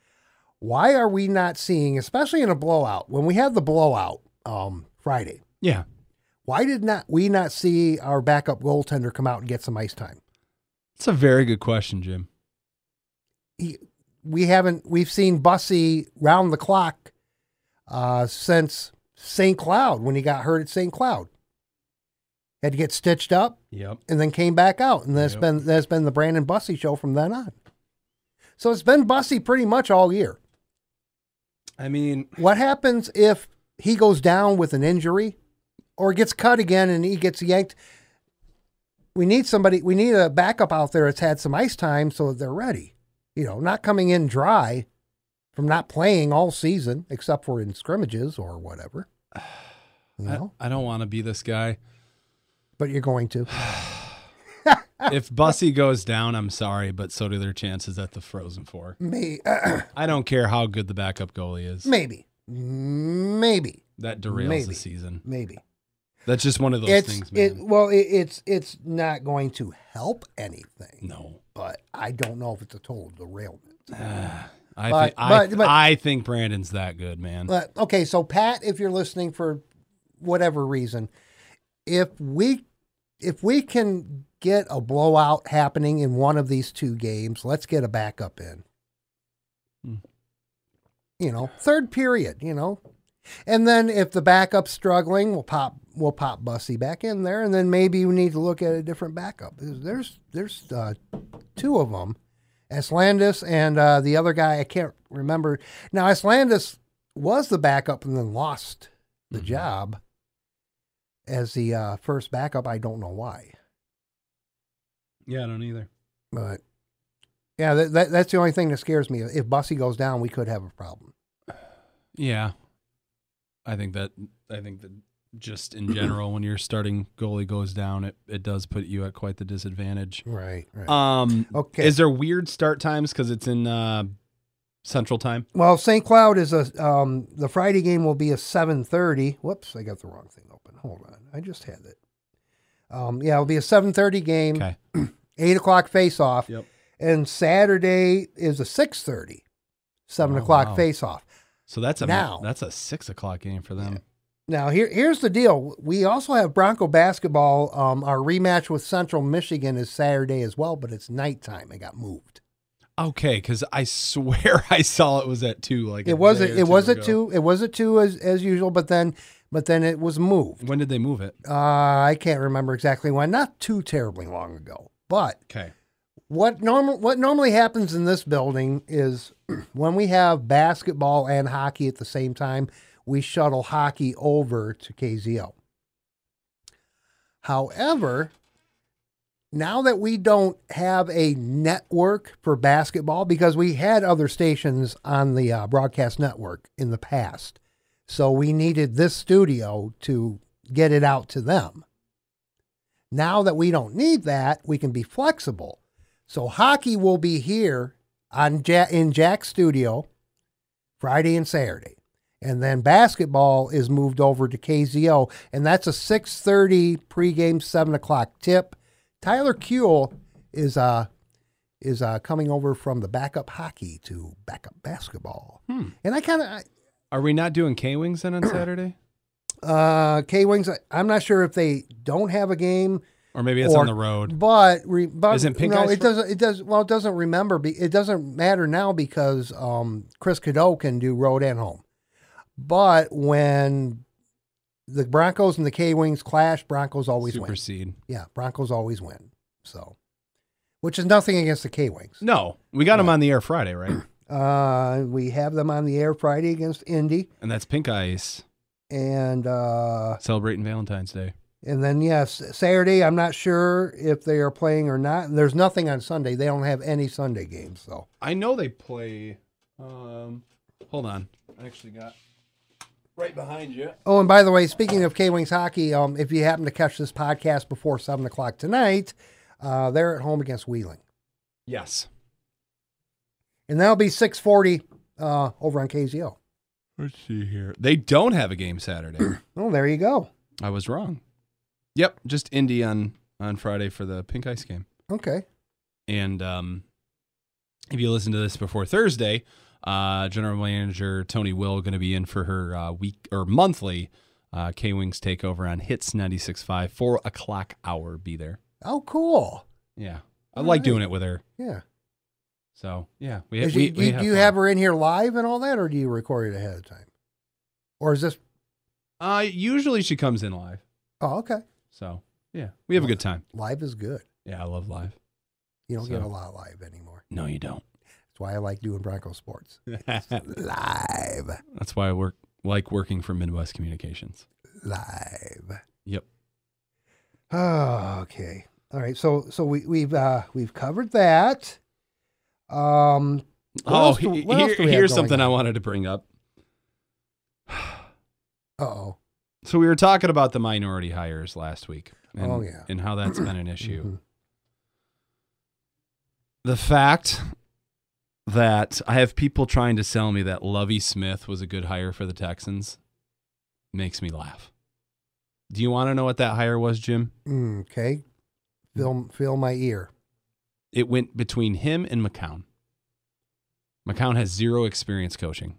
Speaker 5: Why are we not seeing, especially in a blowout, when we had the blowout um, Friday?
Speaker 4: yeah.
Speaker 5: Why did not we not see our backup goaltender come out and get some ice time?
Speaker 4: It's a very good question, Jim.
Speaker 5: He, we haven't. We've seen Bussy round the clock uh, since St. Cloud when he got hurt at St. Cloud. Had to get stitched up
Speaker 4: Yep.
Speaker 5: and then came back out, and that's
Speaker 4: Yep.
Speaker 5: been that's been the Brandon Bussy show from then on. So it's been Bussy pretty much all year.
Speaker 4: I mean,
Speaker 5: What happens if he goes down with an injury or gets cut again and he gets yanked? We need somebody, we need a backup out there that's had some ice time so that they're ready. You know, not coming in dry from not playing all season except for in scrimmages or whatever. You
Speaker 4: I-
Speaker 5: know,
Speaker 4: I, don't want to be this guy.
Speaker 5: but you're going to. Ah.
Speaker 4: if Bussy goes down, I'm sorry, but so do their chances at the Frozen Four.
Speaker 5: May,
Speaker 4: I don't care how good the backup goalie is.
Speaker 5: maybe, maybe,
Speaker 4: That derails
Speaker 5: Maybe.
Speaker 4: the season.
Speaker 5: maybe.
Speaker 4: That's just one of those
Speaker 5: it's
Speaker 4: things,
Speaker 5: it.
Speaker 4: man.
Speaker 5: Well, it, it's it's not going to help anything.
Speaker 4: no.
Speaker 5: But I don't know if it's a total derailment.
Speaker 4: I,
Speaker 5: But-
Speaker 4: thi- I,
Speaker 5: but- but-
Speaker 4: I think Brandon's that good, man.
Speaker 5: But okay, so Pat, if you're listening for whatever reason, if we if we can get a blowout happening in one of these two games, let's get a backup in.
Speaker 4: Hmm.
Speaker 5: You know, third period, you know. And then if the backup's struggling, we'll pop we'll pop Bussy back in there and then maybe you need to look at a different backup. There's there's uh, two of them. Aslandis and uh, the other guy I can't remember. Now Aslandis was the backup and then lost the job as the uh, first backup. I don't know why,
Speaker 4: yeah, I don't either.
Speaker 5: but yeah, that, that that's the only thing that scares me. If Bussy goes down, we could have a problem.
Speaker 4: Yeah. I think that I think that just in general when your starting goalie goes down it, it does put you at quite the disadvantage.
Speaker 5: Right. Right.
Speaker 4: Um
Speaker 5: Okay.
Speaker 4: is there weird start times cuz it's in uh central time?
Speaker 5: well, St. Cloud is a um, the Friday game will be a seven thirty. Whoops, I got the wrong thing open. Hold on, I just had it. Um, yeah, it'll be a seven thirty game.
Speaker 4: Okay.
Speaker 5: Eight o'clock face off.
Speaker 4: Yep.
Speaker 5: And Saturday is a six thirty. Seven
Speaker 4: Oh,
Speaker 5: o'clock
Speaker 4: wow.
Speaker 5: face off.
Speaker 4: So that's a
Speaker 5: Now.
Speaker 4: that's a 6 o'clock game for them.
Speaker 5: Now here, here's the deal. We also have Bronco basketball. Um, our rematch with Central Michigan is Saturday as well, but it's nighttime. It got moved.
Speaker 4: Okay, cuz I swear I saw it was at 2 like a
Speaker 5: It was
Speaker 4: day
Speaker 5: at,
Speaker 4: or
Speaker 5: it was at
Speaker 4: ago.
Speaker 5: two. It was at two as as usual, but then but then it was moved.
Speaker 4: When did they move it?
Speaker 5: Uh, I can't remember exactly when. Not too terribly long ago, but
Speaker 4: Okay.
Speaker 5: what normal what normally happens in this building is when we have basketball and hockey at the same time, we shuttle hockey over to KZO. However, now that we don't have a network for basketball, because we had other stations on the uh, broadcast network in the past, so we needed this studio to get it out to them. Now that we don't need that, we can be flexible. So hockey will be here on ja- in Jack's studio Friday and Saturday. And then basketball is moved over to KZO, and that's a 6:30 pregame, seven o'clock tip. Tyler Kuehl is uh is uh coming over from the backup hockey to backup basketball, and I kind of
Speaker 4: Are we not doing K Wings then on Saturday?
Speaker 5: uh K Wings. I'm not sure if they don't have a game.
Speaker 4: Or maybe it's
Speaker 5: or-
Speaker 4: on the road.
Speaker 5: But, re, but
Speaker 4: Isn't Pink
Speaker 5: no,
Speaker 4: Eyes
Speaker 5: it
Speaker 4: fr-
Speaker 5: doesn't. It does. Well, it doesn't remember. Be, it doesn't matter now because um, Chris Cadeau can do road and home. But when the Broncos and the K Wings clash, Broncos always win.
Speaker 4: Supersede.
Speaker 5: Yeah, Broncos always win. So, which is nothing against the K Wings.
Speaker 4: No, we got them on the air Friday, right?
Speaker 5: Uh, we have them on the air Friday against Indy,
Speaker 4: and that's Pink Ice
Speaker 5: and uh,
Speaker 4: celebrating Valentine's Day.
Speaker 5: and then yes, Saturday. I'm not sure if they are playing or not. And there's nothing on Sunday. They don't have any Sunday games. So.
Speaker 4: I know they play. Um, hold on, I actually got right behind you.
Speaker 5: Oh, and by the way, speaking of K Wings hockey, um, if you happen to catch this podcast before seven o'clock tonight, uh, they're at home against Wheeling,
Speaker 4: Yes.
Speaker 5: and that'll be six forty uh, over on KZO.
Speaker 4: Let's see here. They don't have a game Saturday.
Speaker 5: Oh, there you go.
Speaker 4: I was wrong. Yep, just Indy on on Friday for the Pink Ice game.
Speaker 5: Okay,
Speaker 4: And um, if you listen to this before Thursday, uh, General Manager Tony Will going to be in for her uh, week or monthly uh, K Wings takeover on Hits 96.5, four o'clock hour. Be there.
Speaker 5: oh, cool.
Speaker 4: Yeah, I like doing it with her.
Speaker 5: Yeah,
Speaker 4: So yeah, we,
Speaker 5: Is
Speaker 4: we,
Speaker 5: you-
Speaker 4: we
Speaker 5: you- do you
Speaker 4: fun.
Speaker 5: have her in here live and all that, or do you record it ahead of time, or is this?
Speaker 4: Uh, usually she comes in live.
Speaker 5: Oh, okay.
Speaker 4: So yeah, we have a good time.
Speaker 5: Live is good.
Speaker 4: Yeah, I love live.
Speaker 5: You don't get
Speaker 4: So-
Speaker 5: a lot live anymore.
Speaker 4: No, you don't.
Speaker 5: That's why I like doing Bronco sports live,
Speaker 4: That's why I work like working for Midwest Communications.
Speaker 5: live.
Speaker 4: Yep.
Speaker 5: Oh, okay. All right. So so we, we've uh, we've covered that. Um, What
Speaker 4: oh,
Speaker 5: else do-
Speaker 4: he-
Speaker 5: what else
Speaker 4: here-
Speaker 5: do we have
Speaker 4: here's
Speaker 5: going
Speaker 4: something
Speaker 5: on?
Speaker 4: I wanted to bring up.
Speaker 5: oh,
Speaker 4: So we were talking about the minority hires last week. And,
Speaker 5: Oh, yeah. Mm-hmm.
Speaker 4: And how that's been an issue. The fact that I have people trying to sell me that Lovey Smith was a good hire for the Texans makes me laugh. Do you want to know what that hire was, Jim?
Speaker 5: okay. Fill fill my ear.
Speaker 4: it went between him and McCown. McCown has zero experience coaching.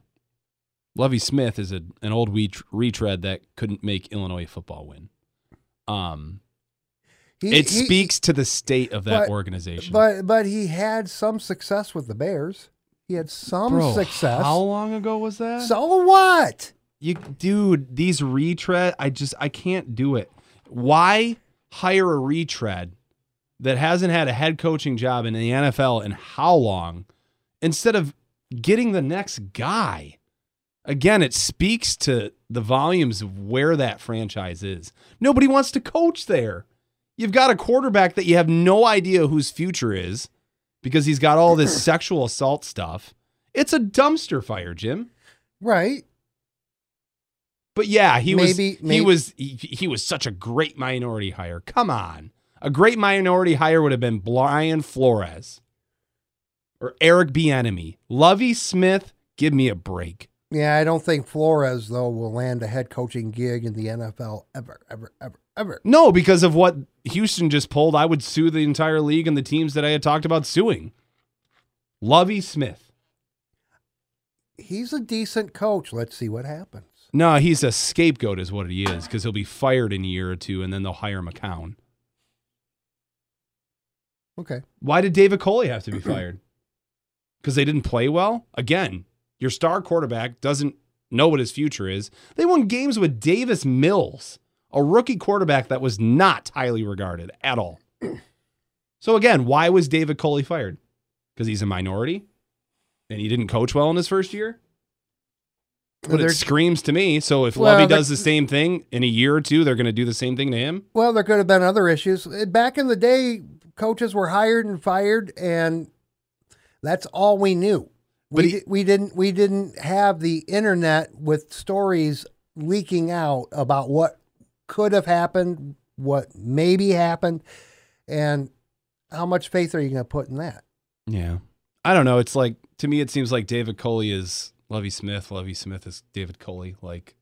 Speaker 4: Lovey Smith is a, an old we- retread that couldn't make Illinois football win. Um,
Speaker 5: He,
Speaker 4: it
Speaker 5: he-
Speaker 4: speaks to the state of that
Speaker 5: but-
Speaker 4: organization.
Speaker 5: but but he had some success with the Bears. He had some
Speaker 4: Bro,
Speaker 5: um, success.
Speaker 4: How long ago was that?
Speaker 5: so what?
Speaker 4: you, dude, these retread, I just I can't do it. Why hire a retread that hasn't had a head coaching job in the NFL in how long instead of getting the next guy? Again, it speaks to the volumes of where that franchise is. Nobody wants to coach there. You've got a quarterback that you have no idea whose future is because he's got all this sexual assault stuff. It's a dumpster fire, Jim.
Speaker 5: Right.
Speaker 4: But yeah, he
Speaker 5: Maybe-
Speaker 4: was he
Speaker 5: maybe-
Speaker 4: was he, he was such a great minority hire. Come on. A great minority hire would have been Brian Flores or Eric Bieniemy. Lovey Smith, give me a break.
Speaker 5: Yeah, I don't think Flores though will land a head coaching gig in the NFL ever, ever, ever, ever.
Speaker 4: No, because of what Houston just pulled, I would sue the entire league and the teams that I had talked about suing. Lovey Smith.
Speaker 5: He's a decent coach. Let's see what happens.
Speaker 4: No, he's a scapegoat is what he is because he'll be fired in a year or two and then they'll hire McCown.
Speaker 5: Okay.
Speaker 4: Why did David Coley have to be fired? Because they didn't play well? Again, your star quarterback doesn't know what his future is. They won games with Davis Mills, a rookie quarterback that was not highly regarded at all. So, again, why was David Coley fired? Because he's a minority and he didn't coach well in his first year? But
Speaker 5: They're-
Speaker 4: it screams to me. So if
Speaker 5: Well,
Speaker 4: Lovey
Speaker 5: that-
Speaker 4: does the same thing in a year or two, they're going to do the same thing to him.
Speaker 5: Well, there could have been other issues. Uh, Back in the day, coaches were hired and fired, and that's all we knew.
Speaker 4: But
Speaker 5: We,
Speaker 4: he-
Speaker 5: di- we didn't we didn't have the internet with stories leaking out about what could have happened, what maybe happened, and how much faith are you going to put in that?
Speaker 4: Yeah. I don't know. It's like to me, it seems like David Coley is Lovey Smith. Lovey Smith is David Coley. Like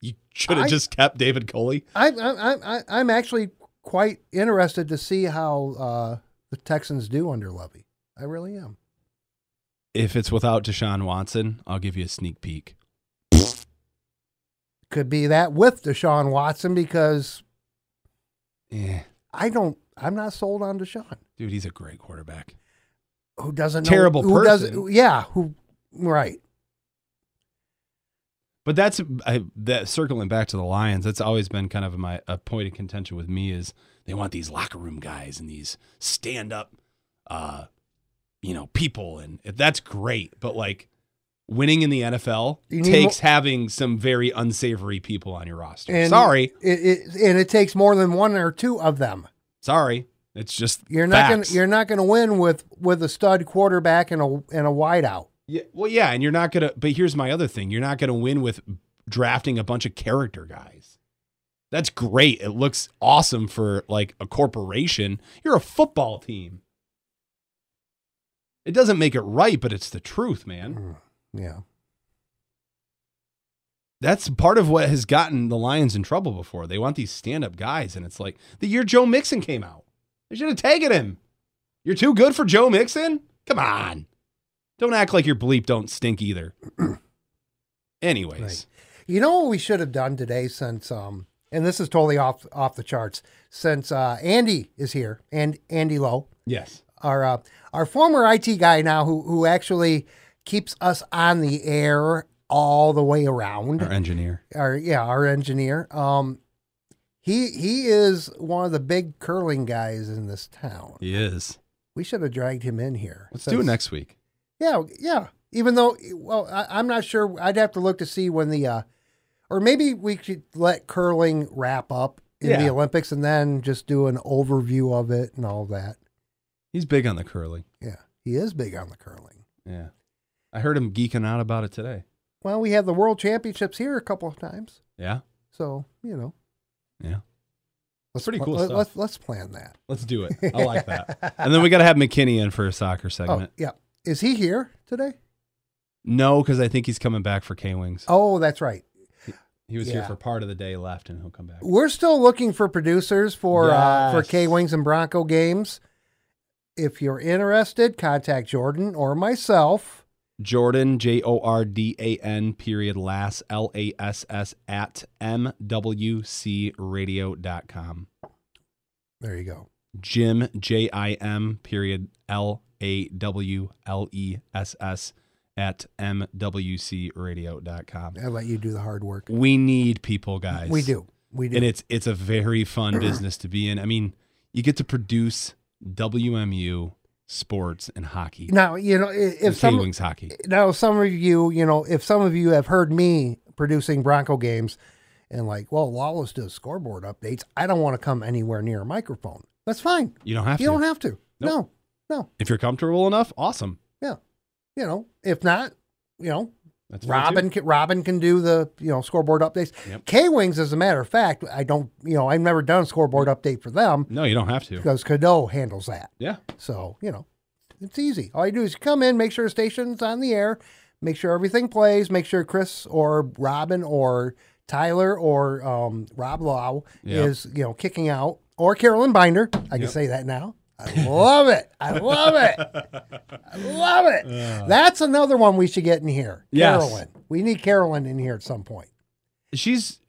Speaker 4: you should have
Speaker 5: I-
Speaker 4: just kept David Coley.
Speaker 5: I, I, I, I I'm actually quite interested to see how uh, the Texans do under Lovey. I really am.
Speaker 4: If it's without Deshaun Watson, I'll give you a sneak peek.
Speaker 5: Could be that with Deshaun Watson because
Speaker 4: Yeah,
Speaker 5: I don't. I'm not sold on Deshaun,
Speaker 4: Eh, dude, he's a great quarterback.
Speaker 5: who doesn't know,
Speaker 4: Terrible
Speaker 5: who doesn't-
Speaker 4: person.
Speaker 5: yeah, who right?
Speaker 4: But that's I, that circling back to the Lions. That's always been kind of my a point of contention with me is they want these locker room guys and these stand up, uh, you know, people, and that's great. But like winning in the NFL
Speaker 5: You need
Speaker 4: takes having some very unsavory people on your roster.
Speaker 5: And
Speaker 4: sorry,
Speaker 5: it, it, and it takes more than one or two of them.
Speaker 4: sorry, it's just
Speaker 5: You're not
Speaker 4: facts.
Speaker 5: gonna you're not gonna win with with a stud quarterback and a and a wideout.
Speaker 4: Yeah, well, yeah, and you're not gonna. But here's my other thing: you're not gonna win with drafting a bunch of character guys. That's great. It looks awesome for like a corporation. You're a football team. It doesn't make it right, but it's the truth, man.
Speaker 5: Mm, Yeah,
Speaker 4: That's part of what has gotten the Lions in trouble before. They want these stand-up guys, and it's like the year Joe Mixon came out. They should have taken him. You're too good for Joe Mixon? Come on. Don't act like your bleep don't stink either. Anyways.
Speaker 5: Right. you know what we should have done today since um and this is totally off off the charts since uh Andy is here and Andy Lowe.
Speaker 4: Yes.
Speaker 5: our uh, our former IT guy now who who actually keeps us on the air all the way around.
Speaker 4: Our engineer.
Speaker 5: Our yeah, our engineer. Um, he he is one of the big curling guys in this town.
Speaker 4: He is.
Speaker 5: We should have dragged him in here.
Speaker 4: Let's do it
Speaker 5: Since-
Speaker 4: next week.
Speaker 5: Yeah, yeah. Even though, well, I, I'm not sure. I'd have to look to see when the, uh, or maybe we could let curling wrap up in the
Speaker 4: Yeah.
Speaker 5: Olympics and then just do an overview of it and all that.
Speaker 4: He's big on the curling.
Speaker 5: Yeah, he is big on the curling.
Speaker 4: Yeah. I heard him geeking out about it today.
Speaker 5: Well, we had the World Championships here a couple of times,
Speaker 4: Yeah.
Speaker 5: so you know.
Speaker 4: Yeah.
Speaker 5: Let's
Speaker 4: Pretty cool
Speaker 5: let-
Speaker 4: stuff.
Speaker 5: Let's let's plan that.
Speaker 4: Let's do it. I like that. and then we got to have McKinney in for a soccer
Speaker 5: Oh
Speaker 4: segment.
Speaker 5: yeah, is he here today?
Speaker 4: No, because I think he's coming back for K Wings.
Speaker 5: Oh, that's right.
Speaker 4: he was here
Speaker 5: yeah.
Speaker 4: for part of the day left and he'll come back.
Speaker 5: We're still looking for producers for uh, for
Speaker 4: Yes.
Speaker 5: K Wings and Bronco games. If you're interested, contact Jordan or myself.
Speaker 4: Jordan, J O R D A N, period, Lass, L A S S, at MWCradio.com.
Speaker 5: There you go.
Speaker 4: Jim J I M period L A W L E S S at mwcradio.com.
Speaker 5: I let you do the hard work.
Speaker 4: We need people, guys.
Speaker 5: We do. We do.
Speaker 4: And it's it's a very fun business to be in. I mean, you get to produce WMU sports and hockey.
Speaker 5: now you know i-
Speaker 4: and
Speaker 5: if some
Speaker 4: K-Wings hockey.
Speaker 5: now some of you you know if some of you have heard me producing Bronco games and like well Lawless does scoreboard updates. I don't want to come anywhere near a microphone. That's fine.
Speaker 4: You don't have
Speaker 5: You
Speaker 4: to.
Speaker 5: don't have to.
Speaker 4: Nope.
Speaker 5: No, no.
Speaker 4: if you're comfortable enough, awesome.
Speaker 5: You know if not, you know
Speaker 4: That's fine, too.
Speaker 5: Robin can, Robin can do the you know scoreboard updates.
Speaker 4: Yep.
Speaker 5: K Wings, as a matter of fact, I don't you know I've never done a scoreboard update for them
Speaker 4: Mm. No, you don't have to.
Speaker 5: because Cadeau handles that.
Speaker 4: Yeah.
Speaker 5: So you know it's easy. All you do is come in, make sure the station's on the air, make sure everything plays, make sure Chris or Robin or Tyler or um, Rob Lau
Speaker 4: Yep.
Speaker 5: is you know kicking out or Carolyn Binder. I can say that now. I love it. I love it. I love it. That's another one we should get in here.
Speaker 4: Yes.
Speaker 5: Carolyn. We need Carolyn in here at some point.
Speaker 4: She's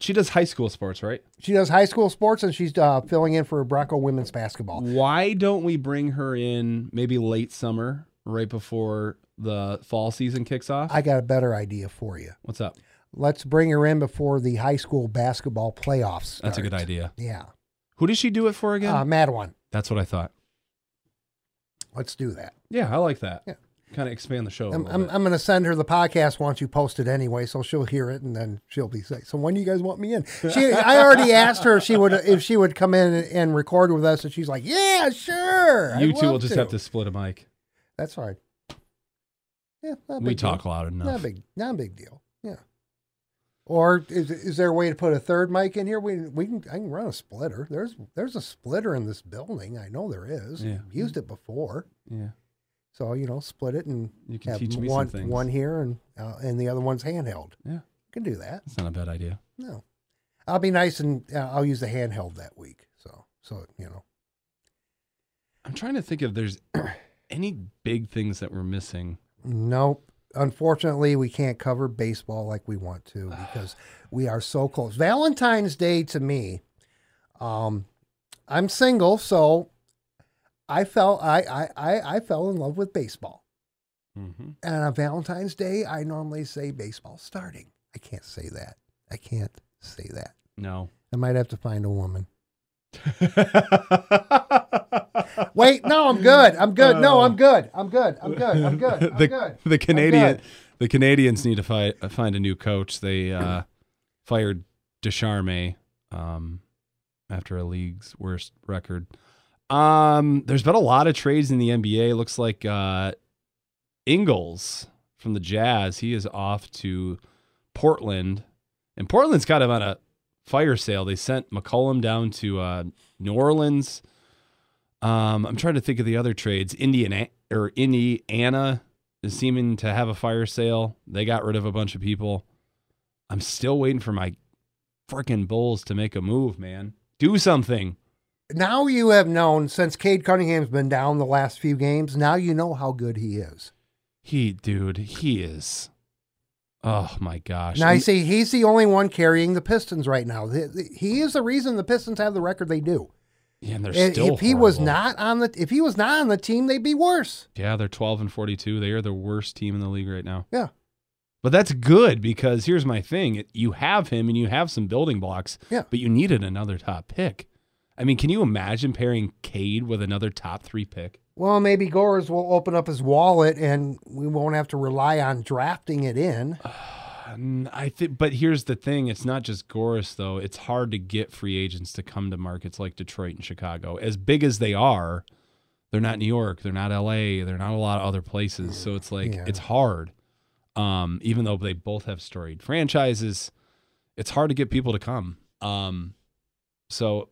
Speaker 4: she does high school sports, right?
Speaker 5: She does high school sports and she's uh, filling in for Bronco women's basketball.
Speaker 4: Why don't we bring her in maybe late summer, right before the fall season kicks off?
Speaker 5: I got a better idea for you.
Speaker 4: What's up?
Speaker 5: Let's bring her in before the high school basketball playoffs.
Speaker 4: That's a good
Speaker 5: start.
Speaker 4: idea.
Speaker 5: Yeah.
Speaker 4: Who did she do it
Speaker 5: Um,
Speaker 4: for again?
Speaker 5: Uh, Madawan.
Speaker 4: That's what I thought.
Speaker 5: Let's do that.
Speaker 4: Yeah, I like that.
Speaker 5: Yeah.
Speaker 4: kind of expand the show. a
Speaker 5: I'm,
Speaker 4: little
Speaker 5: I'm,
Speaker 4: bit.
Speaker 5: I'm going to send her the podcast once you post it anyway, so she'll hear it and then she'll be like, "So when do you guys want me in?" She, I already asked her if she would if she would come in and, and record with us, and she's like, "Yeah, sure."
Speaker 4: you
Speaker 5: I'd
Speaker 4: two will
Speaker 5: love
Speaker 4: just have to split a mic.
Speaker 5: That's all right. Yeah, not a
Speaker 4: We
Speaker 5: big deal.
Speaker 4: talk loud
Speaker 5: Not a
Speaker 4: enough.
Speaker 5: big, not a big deal. Yeah. Or is is there a way to put a third mic in here? We we can I can run a splitter. There's there's a splitter in this building. I know there is.
Speaker 4: Yeah.
Speaker 5: I've Used it before.
Speaker 4: Yeah.
Speaker 5: So you know, split it and
Speaker 4: You can
Speaker 5: have
Speaker 4: teach me some
Speaker 5: one
Speaker 4: things.
Speaker 5: one here and uh, and the other one's handheld.
Speaker 4: Yeah.
Speaker 5: can do that.
Speaker 4: It's not a bad idea.
Speaker 5: No, I'll be nice and uh, I'll use the handheld that week. So so you know,
Speaker 4: I'm trying to think if there's any big things that we're missing.
Speaker 5: nope. Unfortunately, we can't cover baseball like we want to because we are so close. Valentine's Day to me, um, I'm single, so I fell I I I, I fell in love with baseball.
Speaker 4: Mm-hmm.
Speaker 5: And on Valentine's Day, I normally say baseball starting. I can't say that. I can't say that.
Speaker 4: No.
Speaker 5: I might have to find a woman. Wait, no, I'm good. I'm good. No, I'm good. I'm good. I'm good. I'm good. I'm
Speaker 4: the,
Speaker 5: good.
Speaker 4: the
Speaker 5: I'm good.
Speaker 4: Canadian the Canadians need to fi- find a new coach. They uh, fired Descharme um, after a league's worst record. Um, there's been a lot of trades in the NBA. Looks like uh, Ingles from the Jazz. He is off to Portland, and Portland's kind of on a fire sale. They sent McCollum down to uh, New Orleans. Um, I'm trying to think of the other trades. Indiana or Indiana is seeming to have a fire sale. They got rid of a bunch of people. I'm still waiting for my freaking Bulls to make a move, man. Do something.
Speaker 5: Now you have known since Cade Cunningham's been down the last few games. Now you know how good he is.
Speaker 4: He, dude, he is. Oh my gosh.
Speaker 5: Now you see he's the only one carrying the Pistons right now. The- the- He is the reason the Pistons have the record they do.
Speaker 4: yeah, and they're
Speaker 5: If
Speaker 4: still.
Speaker 5: if he was
Speaker 4: horrible.
Speaker 5: not on the if he was not on the team, they'd be worse.
Speaker 4: Yeah, they're 12 and 42. They are the worst team in the league right now.
Speaker 5: Yeah.
Speaker 4: But that's good because here's my thing: It- you have him and you have some building blocks.
Speaker 5: Yeah.
Speaker 4: But you needed another top pick. I mean, can you imagine pairing Cade with another top three pick?
Speaker 5: Well, maybe Gores will open up his wallet and we won't have to rely on drafting it in.
Speaker 4: Um, I think, but here's the thing: it's not just Goris though. It's hard to get free agents to come to markets like Detroit and Chicago, as big as they are. They're not New York. They're not L.A. They're not a lot of other places. So it's like
Speaker 5: Yeah.
Speaker 4: it's hard. Um, even though they both have storied franchises, it's hard to get people to come. Um, so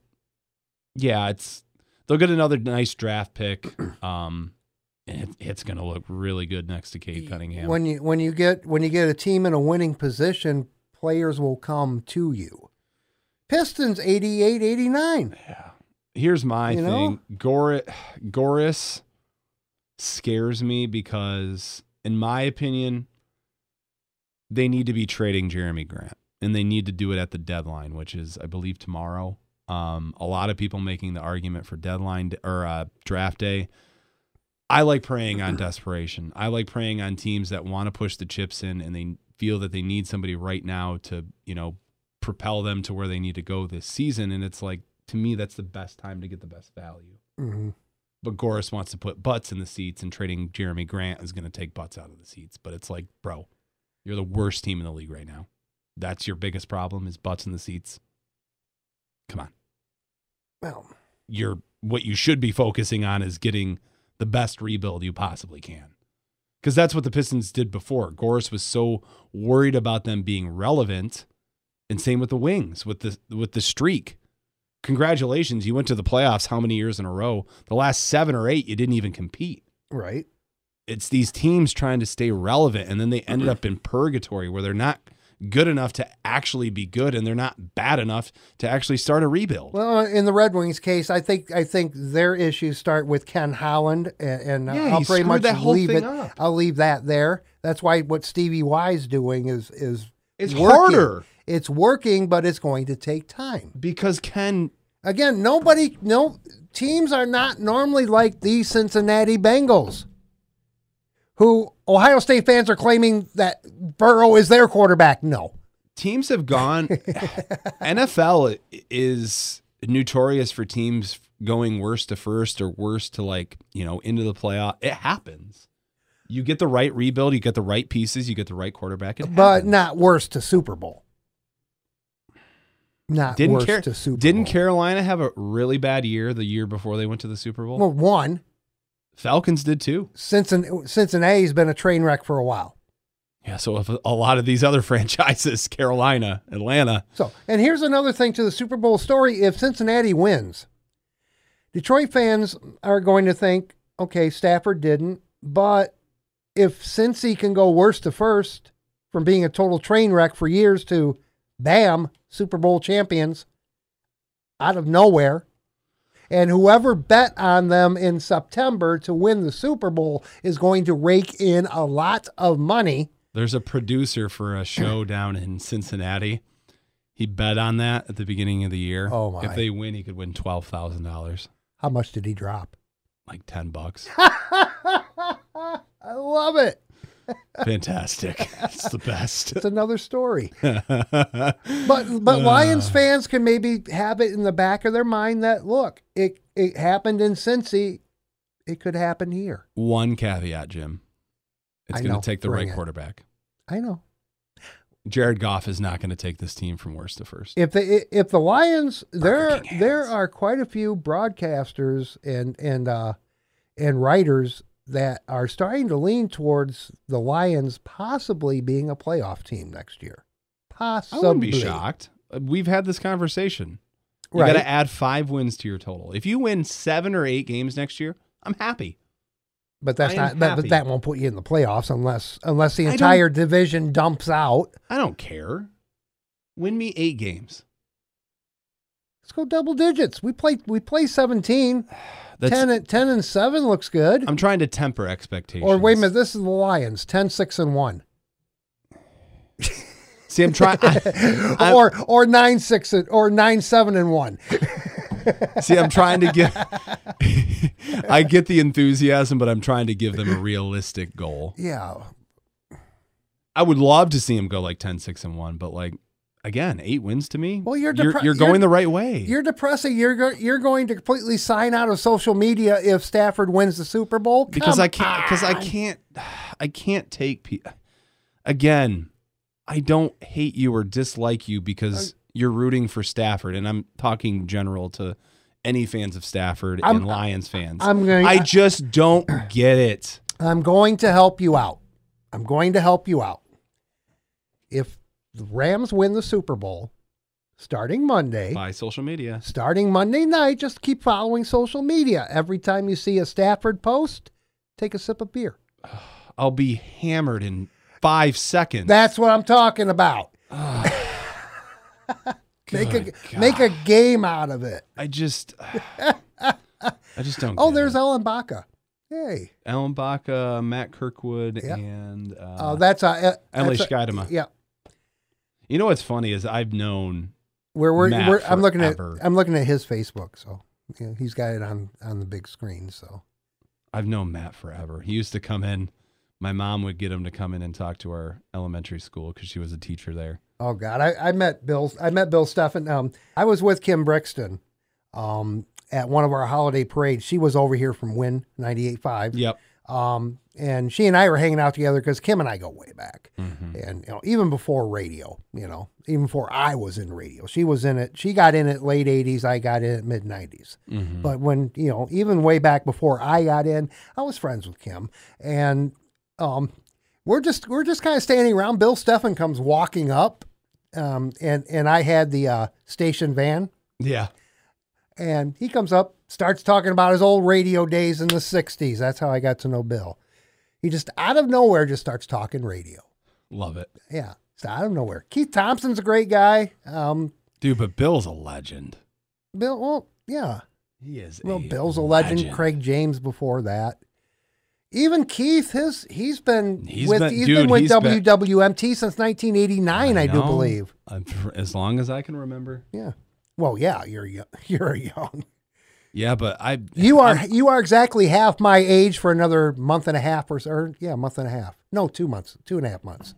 Speaker 4: yeah, it's they'll get another nice draft pick. Um, and it, it's gonna look really good next to Cade Cunningham.
Speaker 5: When you when you get when you get a team in a winning position, players will come to you. Pistons 88 89.
Speaker 4: here's my
Speaker 5: You know?
Speaker 4: thing. Gor- Goris scares me because, in my opinion, they need to be trading Jeremy Grant and they need to do it at the deadline, which is, I believe, tomorrow. Um, a lot of people making the argument for deadline d- or uh, draft day. I like preying on desperation. I like preying on teams that want to push the chips in and they feel that they need somebody right now to, you know, propel them to where they need to go this season. And it's like, to me, that's the best time to get the best value.
Speaker 5: Mhm.
Speaker 4: But Goris wants to put butts in the seats, and trading Jeremy Grant is going to take butts out of the seats. But it's like, bro, you're the worst team in the league right now. That's your biggest problem is butts in the seats. Come on.
Speaker 5: Well,
Speaker 4: You're what you should be focusing on is getting the best rebuild you possibly can. Because that's what the Pistons did before. Goris was so worried about them being relevant. And same with the wings, with the with the streak. Congratulations, you went to the playoffs how many years in a row? The last seven or eight, you didn't even compete.
Speaker 5: right.
Speaker 4: It's these teams trying to stay relevant, and then they ended up in purgatory where they're not good enough to actually be good and they're not bad enough to actually start a rebuild.
Speaker 5: Well, uh, in the Red Wings case, I think I think their issues start with Ken Holland, and, and
Speaker 4: Yeah,
Speaker 5: I'll
Speaker 4: he
Speaker 5: pretty
Speaker 4: screwed
Speaker 5: much
Speaker 4: that whole
Speaker 5: leave
Speaker 4: thing
Speaker 5: it.
Speaker 4: up.
Speaker 5: I'll leave that there. That's why what Stevie Y's doing is is
Speaker 4: It's
Speaker 5: working.
Speaker 4: harder.
Speaker 5: It's working, but it's going to take time.
Speaker 4: because Ken
Speaker 5: Again, nobody, no teams are not normally like the Cincinnati Bengals, who Ohio State fans are claiming that Burrow is their quarterback. No,
Speaker 4: teams have gone NFL is notorious for teams going worst to first or worst to like, you know, into the playoff. It happens. You get the right rebuild, you get the right pieces, you get the right quarterback. it
Speaker 5: but
Speaker 4: happens.
Speaker 5: not worse to Super Bowl. Not
Speaker 4: didn't
Speaker 5: worse
Speaker 4: Car-
Speaker 5: to Super
Speaker 4: didn't
Speaker 5: Bowl.
Speaker 4: Carolina have a really bad year the year before they went to the Super Bowl?
Speaker 5: Well, one
Speaker 4: Falcons did too.
Speaker 5: Cincinnati, Cincinnati's been a train wreck for a while.
Speaker 4: Yeah, so if a lot of these other franchises, Carolina, Atlanta,
Speaker 5: So, and here's another thing to the Super Bowl story: if Cincinnati wins, Detroit fans are going to think, okay, Stafford didn't, but if Cincy can go worst to first from being a total train wreck for years to, bam, Super Bowl champions out of nowhere. And whoever bet on them in September to win the Super Bowl is going to rake in a lot of money.
Speaker 4: There's a producer for a show down in Cincinnati. He bet on that at the beginning of the year.
Speaker 5: Oh, my.
Speaker 4: If they win, he could win twelve thousand dollars,
Speaker 5: How much did he drop?
Speaker 4: like ten bucks.
Speaker 5: I love it.
Speaker 4: Fantastic! It's Uh. the best.
Speaker 5: It's another story. But but Lions fans can maybe have it in the back of their mind that look, it it happened in Cincy, it could happen here.
Speaker 4: One caveat, Jim. It's
Speaker 5: I
Speaker 4: going
Speaker 5: know.
Speaker 4: to take the
Speaker 5: Bring
Speaker 4: right
Speaker 5: it.
Speaker 4: quarterback.
Speaker 5: I know.
Speaker 4: Jared Goff is not going to take this team from worst to first.
Speaker 5: If the if the Lions there
Speaker 4: King
Speaker 5: there
Speaker 4: hands.
Speaker 5: are quite a few broadcasters and and uh and writers that are starting to lean towards the Lions possibly being a playoff team next year.
Speaker 4: I
Speaker 5: Possibly.
Speaker 4: wouldn't be shocked. Uh, We've had this conversation. You
Speaker 5: Right.
Speaker 4: got to add five wins to your total. If you win seven or eight games next year, I'm happy.
Speaker 5: But that's
Speaker 4: I am
Speaker 5: not that,
Speaker 4: happy.
Speaker 5: but that won't put you in the playoffs unless unless the
Speaker 4: I don't-
Speaker 5: entire division dumps out.
Speaker 4: I don't care. Win me eight games.
Speaker 5: Let's go double digits. We play we play 17.
Speaker 4: That's,
Speaker 5: 10 and 10 and 7 looks good.
Speaker 4: I'm trying to temper expectations.
Speaker 5: Or wait a minute, this is the Lions, 10 6 and 1.
Speaker 4: See, I'm trying. I'm-
Speaker 5: or or 9 6 and, or 9 7 and 1.
Speaker 4: See, I'm trying to get. I get the enthusiasm, but I'm trying to give them a realistic goal.
Speaker 5: Yeah.
Speaker 4: I would love to see them go like 10, 6, and 1, but like, again, eight wins to me.
Speaker 5: Well, you're
Speaker 4: you're,
Speaker 5: depre-
Speaker 4: you're
Speaker 5: you're-
Speaker 4: going the right way.
Speaker 5: You're depressing. You're go- you're going to completely sign out of social media if Stafford wins the Super Bowl Come
Speaker 4: because I can't because I
Speaker 5: on.
Speaker 4: can't I can't take pe- again. I don't hate you or dislike you because you're rooting for Stafford, and I'm talking general to any fans of Stafford
Speaker 5: I'm-
Speaker 4: and Lions fans.
Speaker 5: I'm going-
Speaker 4: I just don't get it.
Speaker 5: I'm going to help you out. I'm going to help you out. If the Rams win the Super Bowl starting Monday,
Speaker 4: By social media,
Speaker 5: starting Monday night, just keep following social media. Every time you see a Stafford post, take a sip of beer.
Speaker 4: I'll be hammered in five seconds.
Speaker 5: That's what I'm talking about. Make a
Speaker 4: Good
Speaker 5: make a
Speaker 4: God.
Speaker 5: game out of it.
Speaker 4: I just. I just don't.
Speaker 5: Oh,
Speaker 4: get
Speaker 5: there's
Speaker 4: it.
Speaker 5: Ellen Baca. Hey,
Speaker 4: Alan Baca, Matt Kirkwood,
Speaker 5: Yeah.
Speaker 4: and uh,
Speaker 5: oh, that's a uh,
Speaker 4: Emily
Speaker 5: that's a-
Speaker 4: Scheidema.
Speaker 5: Yeah,
Speaker 4: you know what's funny is I've known
Speaker 5: where we're,
Speaker 4: Matt
Speaker 5: we're I'm looking at
Speaker 4: forever.
Speaker 5: I'm looking at his Facebook. So you know, he's got it on on the big screen. So
Speaker 4: I've known Matt forever. He used to come in. My mom would get him to come in and talk to our elementary school because she was a teacher there.
Speaker 5: Oh God, I, I met Bill. I met Bill Steffen. Um, I was with Kim Brixton, um, at one of our holiday parades. She was over here from Win 98.5.
Speaker 4: Yep.
Speaker 5: Um, and she and I were hanging out together because Kim and I go way back, and you know even before radio, you know even before I was in radio, she was in it. She got in it late 80s. I got in at mid 90s. But when you know even way back before I got in, I was friends with Kim, and um, we're just we're just kind of standing around. Bill Steffen comes walking up, um, and and I had the uh, station van,
Speaker 4: Yeah.
Speaker 5: and he comes up, starts talking about his old radio days in the '60s. That's how I got to know Bill. He just out of nowhere just starts talking radio.
Speaker 4: Love it.
Speaker 5: Yeah, it's out of nowhere. Keith Thompson's a great guy. Um,
Speaker 4: Dude, but Bill's a legend.
Speaker 5: Bill, well, yeah.
Speaker 4: He is.
Speaker 5: Well, Bill's a legend. Craig James before that. Even Keith, his he's been
Speaker 4: He's
Speaker 5: with
Speaker 4: been-
Speaker 5: he's
Speaker 4: dude,
Speaker 5: been with
Speaker 4: he's been-
Speaker 5: WWMT since 1989, I, do
Speaker 4: know.
Speaker 5: believe.
Speaker 4: I'm- for as long as I can remember.
Speaker 5: Yeah. Well, yeah, you're yo- you're young.
Speaker 4: Yeah, but I.
Speaker 5: You are you are exactly half my age for another month and a half or so. Or, yeah, month and a half. No, two months, two and a half months.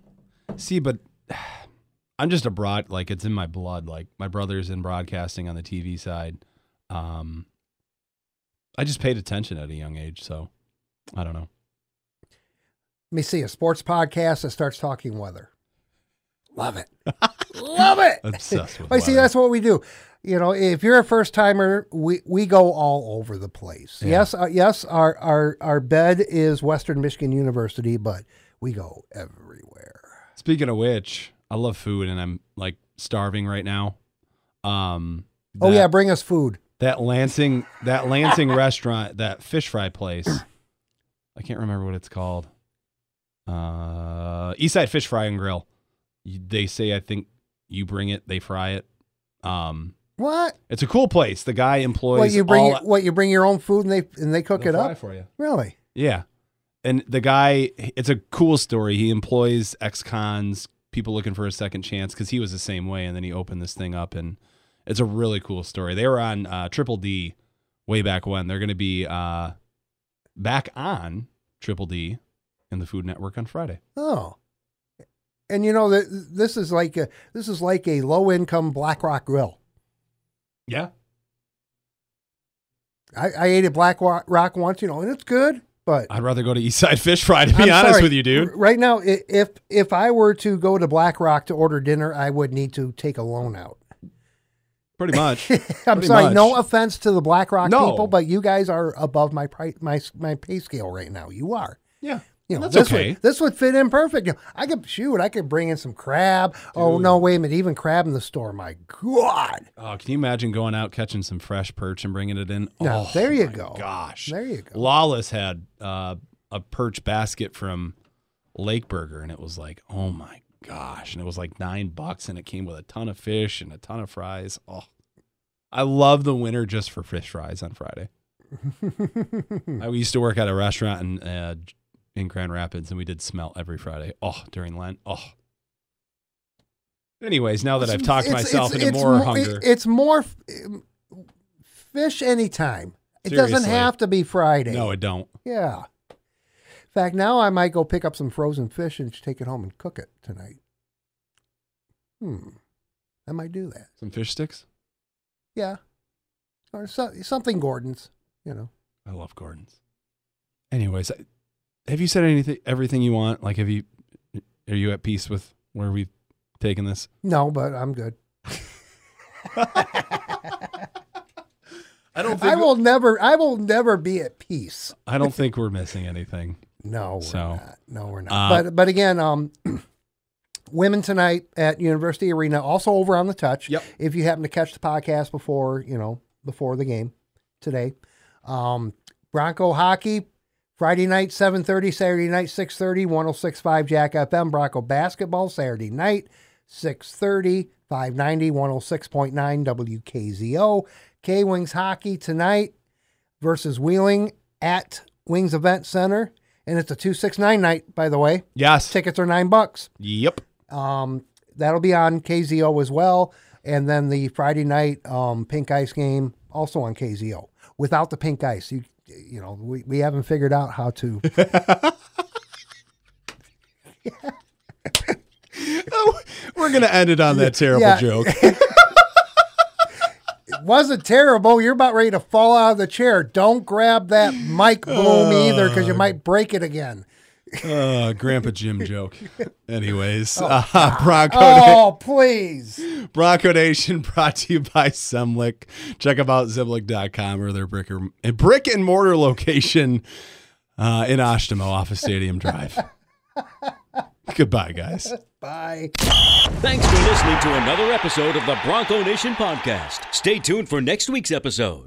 Speaker 4: See, but I'm just a broad. Like it's in my blood. Like my brother's in broadcasting on the TV side. Um, I just paid attention at a young age, so I don't know.
Speaker 5: Let me see a sports podcast that starts talking weather. Love it. Love it.
Speaker 4: Obsessed with
Speaker 5: But see,
Speaker 4: weather.
Speaker 5: that's what we do. You know, if you're a first timer, we, we go all over the place. Yes, uh, yes, our, our our bed is Western Michigan University, but we go everywhere.
Speaker 4: Speaking of which, I love food and I'm like starving right now. Um
Speaker 5: oh
Speaker 4: that-
Speaker 5: yeah, bring us food.
Speaker 4: That Lansing that Lansing restaurant, that fish fry place. I can't remember what it's called. Uh Eastside Fish Fry and Grill. You- They say I think you bring it, they fry it. Um
Speaker 5: What?
Speaker 4: it's a cool place. The guy employs
Speaker 5: What you bring?
Speaker 4: all-
Speaker 5: what you bring your own food and they and they cook
Speaker 4: they'll
Speaker 5: it
Speaker 4: fry
Speaker 5: up?
Speaker 4: for you.
Speaker 5: Really?
Speaker 4: Yeah. And the guy, it's a cool story. He employs ex cons, people looking for a second chance because he was the same way. And then he opened this thing up, and it's a really cool story. They were on uh, Triple D way back when. They're going to be uh, back on Triple D in the Food Network on Friday.
Speaker 5: Oh. And you know that this is like a this is like a low income BlackRock grill.
Speaker 4: Yeah.
Speaker 5: I, I ate at Black Wa- Rock once, you know, and it's good, but
Speaker 4: I'd rather go to Eastside Fish Fry, to be
Speaker 5: I'm
Speaker 4: honest
Speaker 5: sorry.
Speaker 4: with you, dude.
Speaker 5: R- Right now, i- if if I were to go to Black Rock to order dinner, I would need to take a loan out.
Speaker 4: Pretty much.
Speaker 5: I'm
Speaker 4: Pretty
Speaker 5: sorry,
Speaker 4: much.
Speaker 5: no offense to the Black Rock
Speaker 4: No.
Speaker 5: people, but you guys are above my price, my s- my pay scale right now. You are.
Speaker 4: Yeah.
Speaker 5: You know,
Speaker 4: That's
Speaker 5: this
Speaker 4: okay.
Speaker 5: Would, this would fit in perfect. You know, I could shoot. I could bring in some crab. Oh no, wait a minute! Even crab in the store. My God.
Speaker 4: Oh, can you imagine going out catching some fresh perch and bringing it in?
Speaker 5: Now
Speaker 4: oh,
Speaker 5: there you go.
Speaker 4: gosh.
Speaker 5: There you go.
Speaker 4: Lawless had uh, a perch basket from Lake Burger, and it was like, oh my gosh, and it was like nine bucks, and it came with a ton of fish and a ton of fries. Oh, I love the winter just for fish fries on Friday. I used to work at a restaurant in uh, in Grand Rapids, and we did smell every Friday. Oh, during Lent. Oh. Anyways, now that I've talked
Speaker 5: It's-
Speaker 4: myself
Speaker 5: it's-
Speaker 4: into
Speaker 5: it's
Speaker 4: more
Speaker 5: mo-
Speaker 4: hunger,
Speaker 5: it- it's more f- fish anytime. It doesn't
Speaker 4: Seriously.
Speaker 5: have to be Friday.
Speaker 4: no, I don't.
Speaker 5: Yeah. In fact, now I might go pick up some frozen fish and take it home and cook it tonight. Hmm. I might do that.
Speaker 4: Some fish sticks.
Speaker 5: Yeah. Or so, something Gordon's, you know.
Speaker 4: I love gardens. Anyways, I- have you said anything? Everything you want? Like, have you? Are you at peace with where we've taken this?
Speaker 5: No, but I'm good.
Speaker 4: I don't
Speaker 5: I will never I will never be at peace.
Speaker 4: I don't think we're missing anything.
Speaker 5: No, we're
Speaker 4: So,
Speaker 5: not. No, we're not.
Speaker 4: uh,
Speaker 5: but but again, um, women tonight at University Arena, also over on the touch.
Speaker 4: Yep.
Speaker 5: If you happen to catch the podcast before you know before the game today, um, Bronco hockey. Friday night, 7.30, Saturday night, 6.30, 106.5 Jack FM, Bronco basketball, Saturday night, 6.30, 590, 106.9 WKZO, K-Wings hockey tonight, versus Wheeling at Wings Event Center, and it's a two six nine night. By the way,
Speaker 4: Yes.
Speaker 5: tickets are nine bucks.
Speaker 4: yep.
Speaker 5: Um, that'll be on KZO as well, and then the Friday night um, Pink Ice game also on KZO. Without the Pink Ice, you you know we, we haven't figured out how to.
Speaker 4: Oh, we're gonna end it on that terrible
Speaker 5: Yeah.
Speaker 4: joke.
Speaker 5: It wasn't terrible. You're about ready to fall out of the chair. Don't grab that mic boom either, because you might break it again.
Speaker 4: Uh, Grandpa Jim joke. Anyways, uh, Bronco.
Speaker 5: Oh please.
Speaker 4: Bronco Nation brought to you by Semlick. Check them out, Zemlick.com or their brick, or, a brick and mortar location uh, in Oshtemo off of Stadium Drive. Goodbye, guys.
Speaker 5: Bye.
Speaker 3: Thanks for listening to another episode of the Bronco Nation podcast. Stay tuned for next week's episode.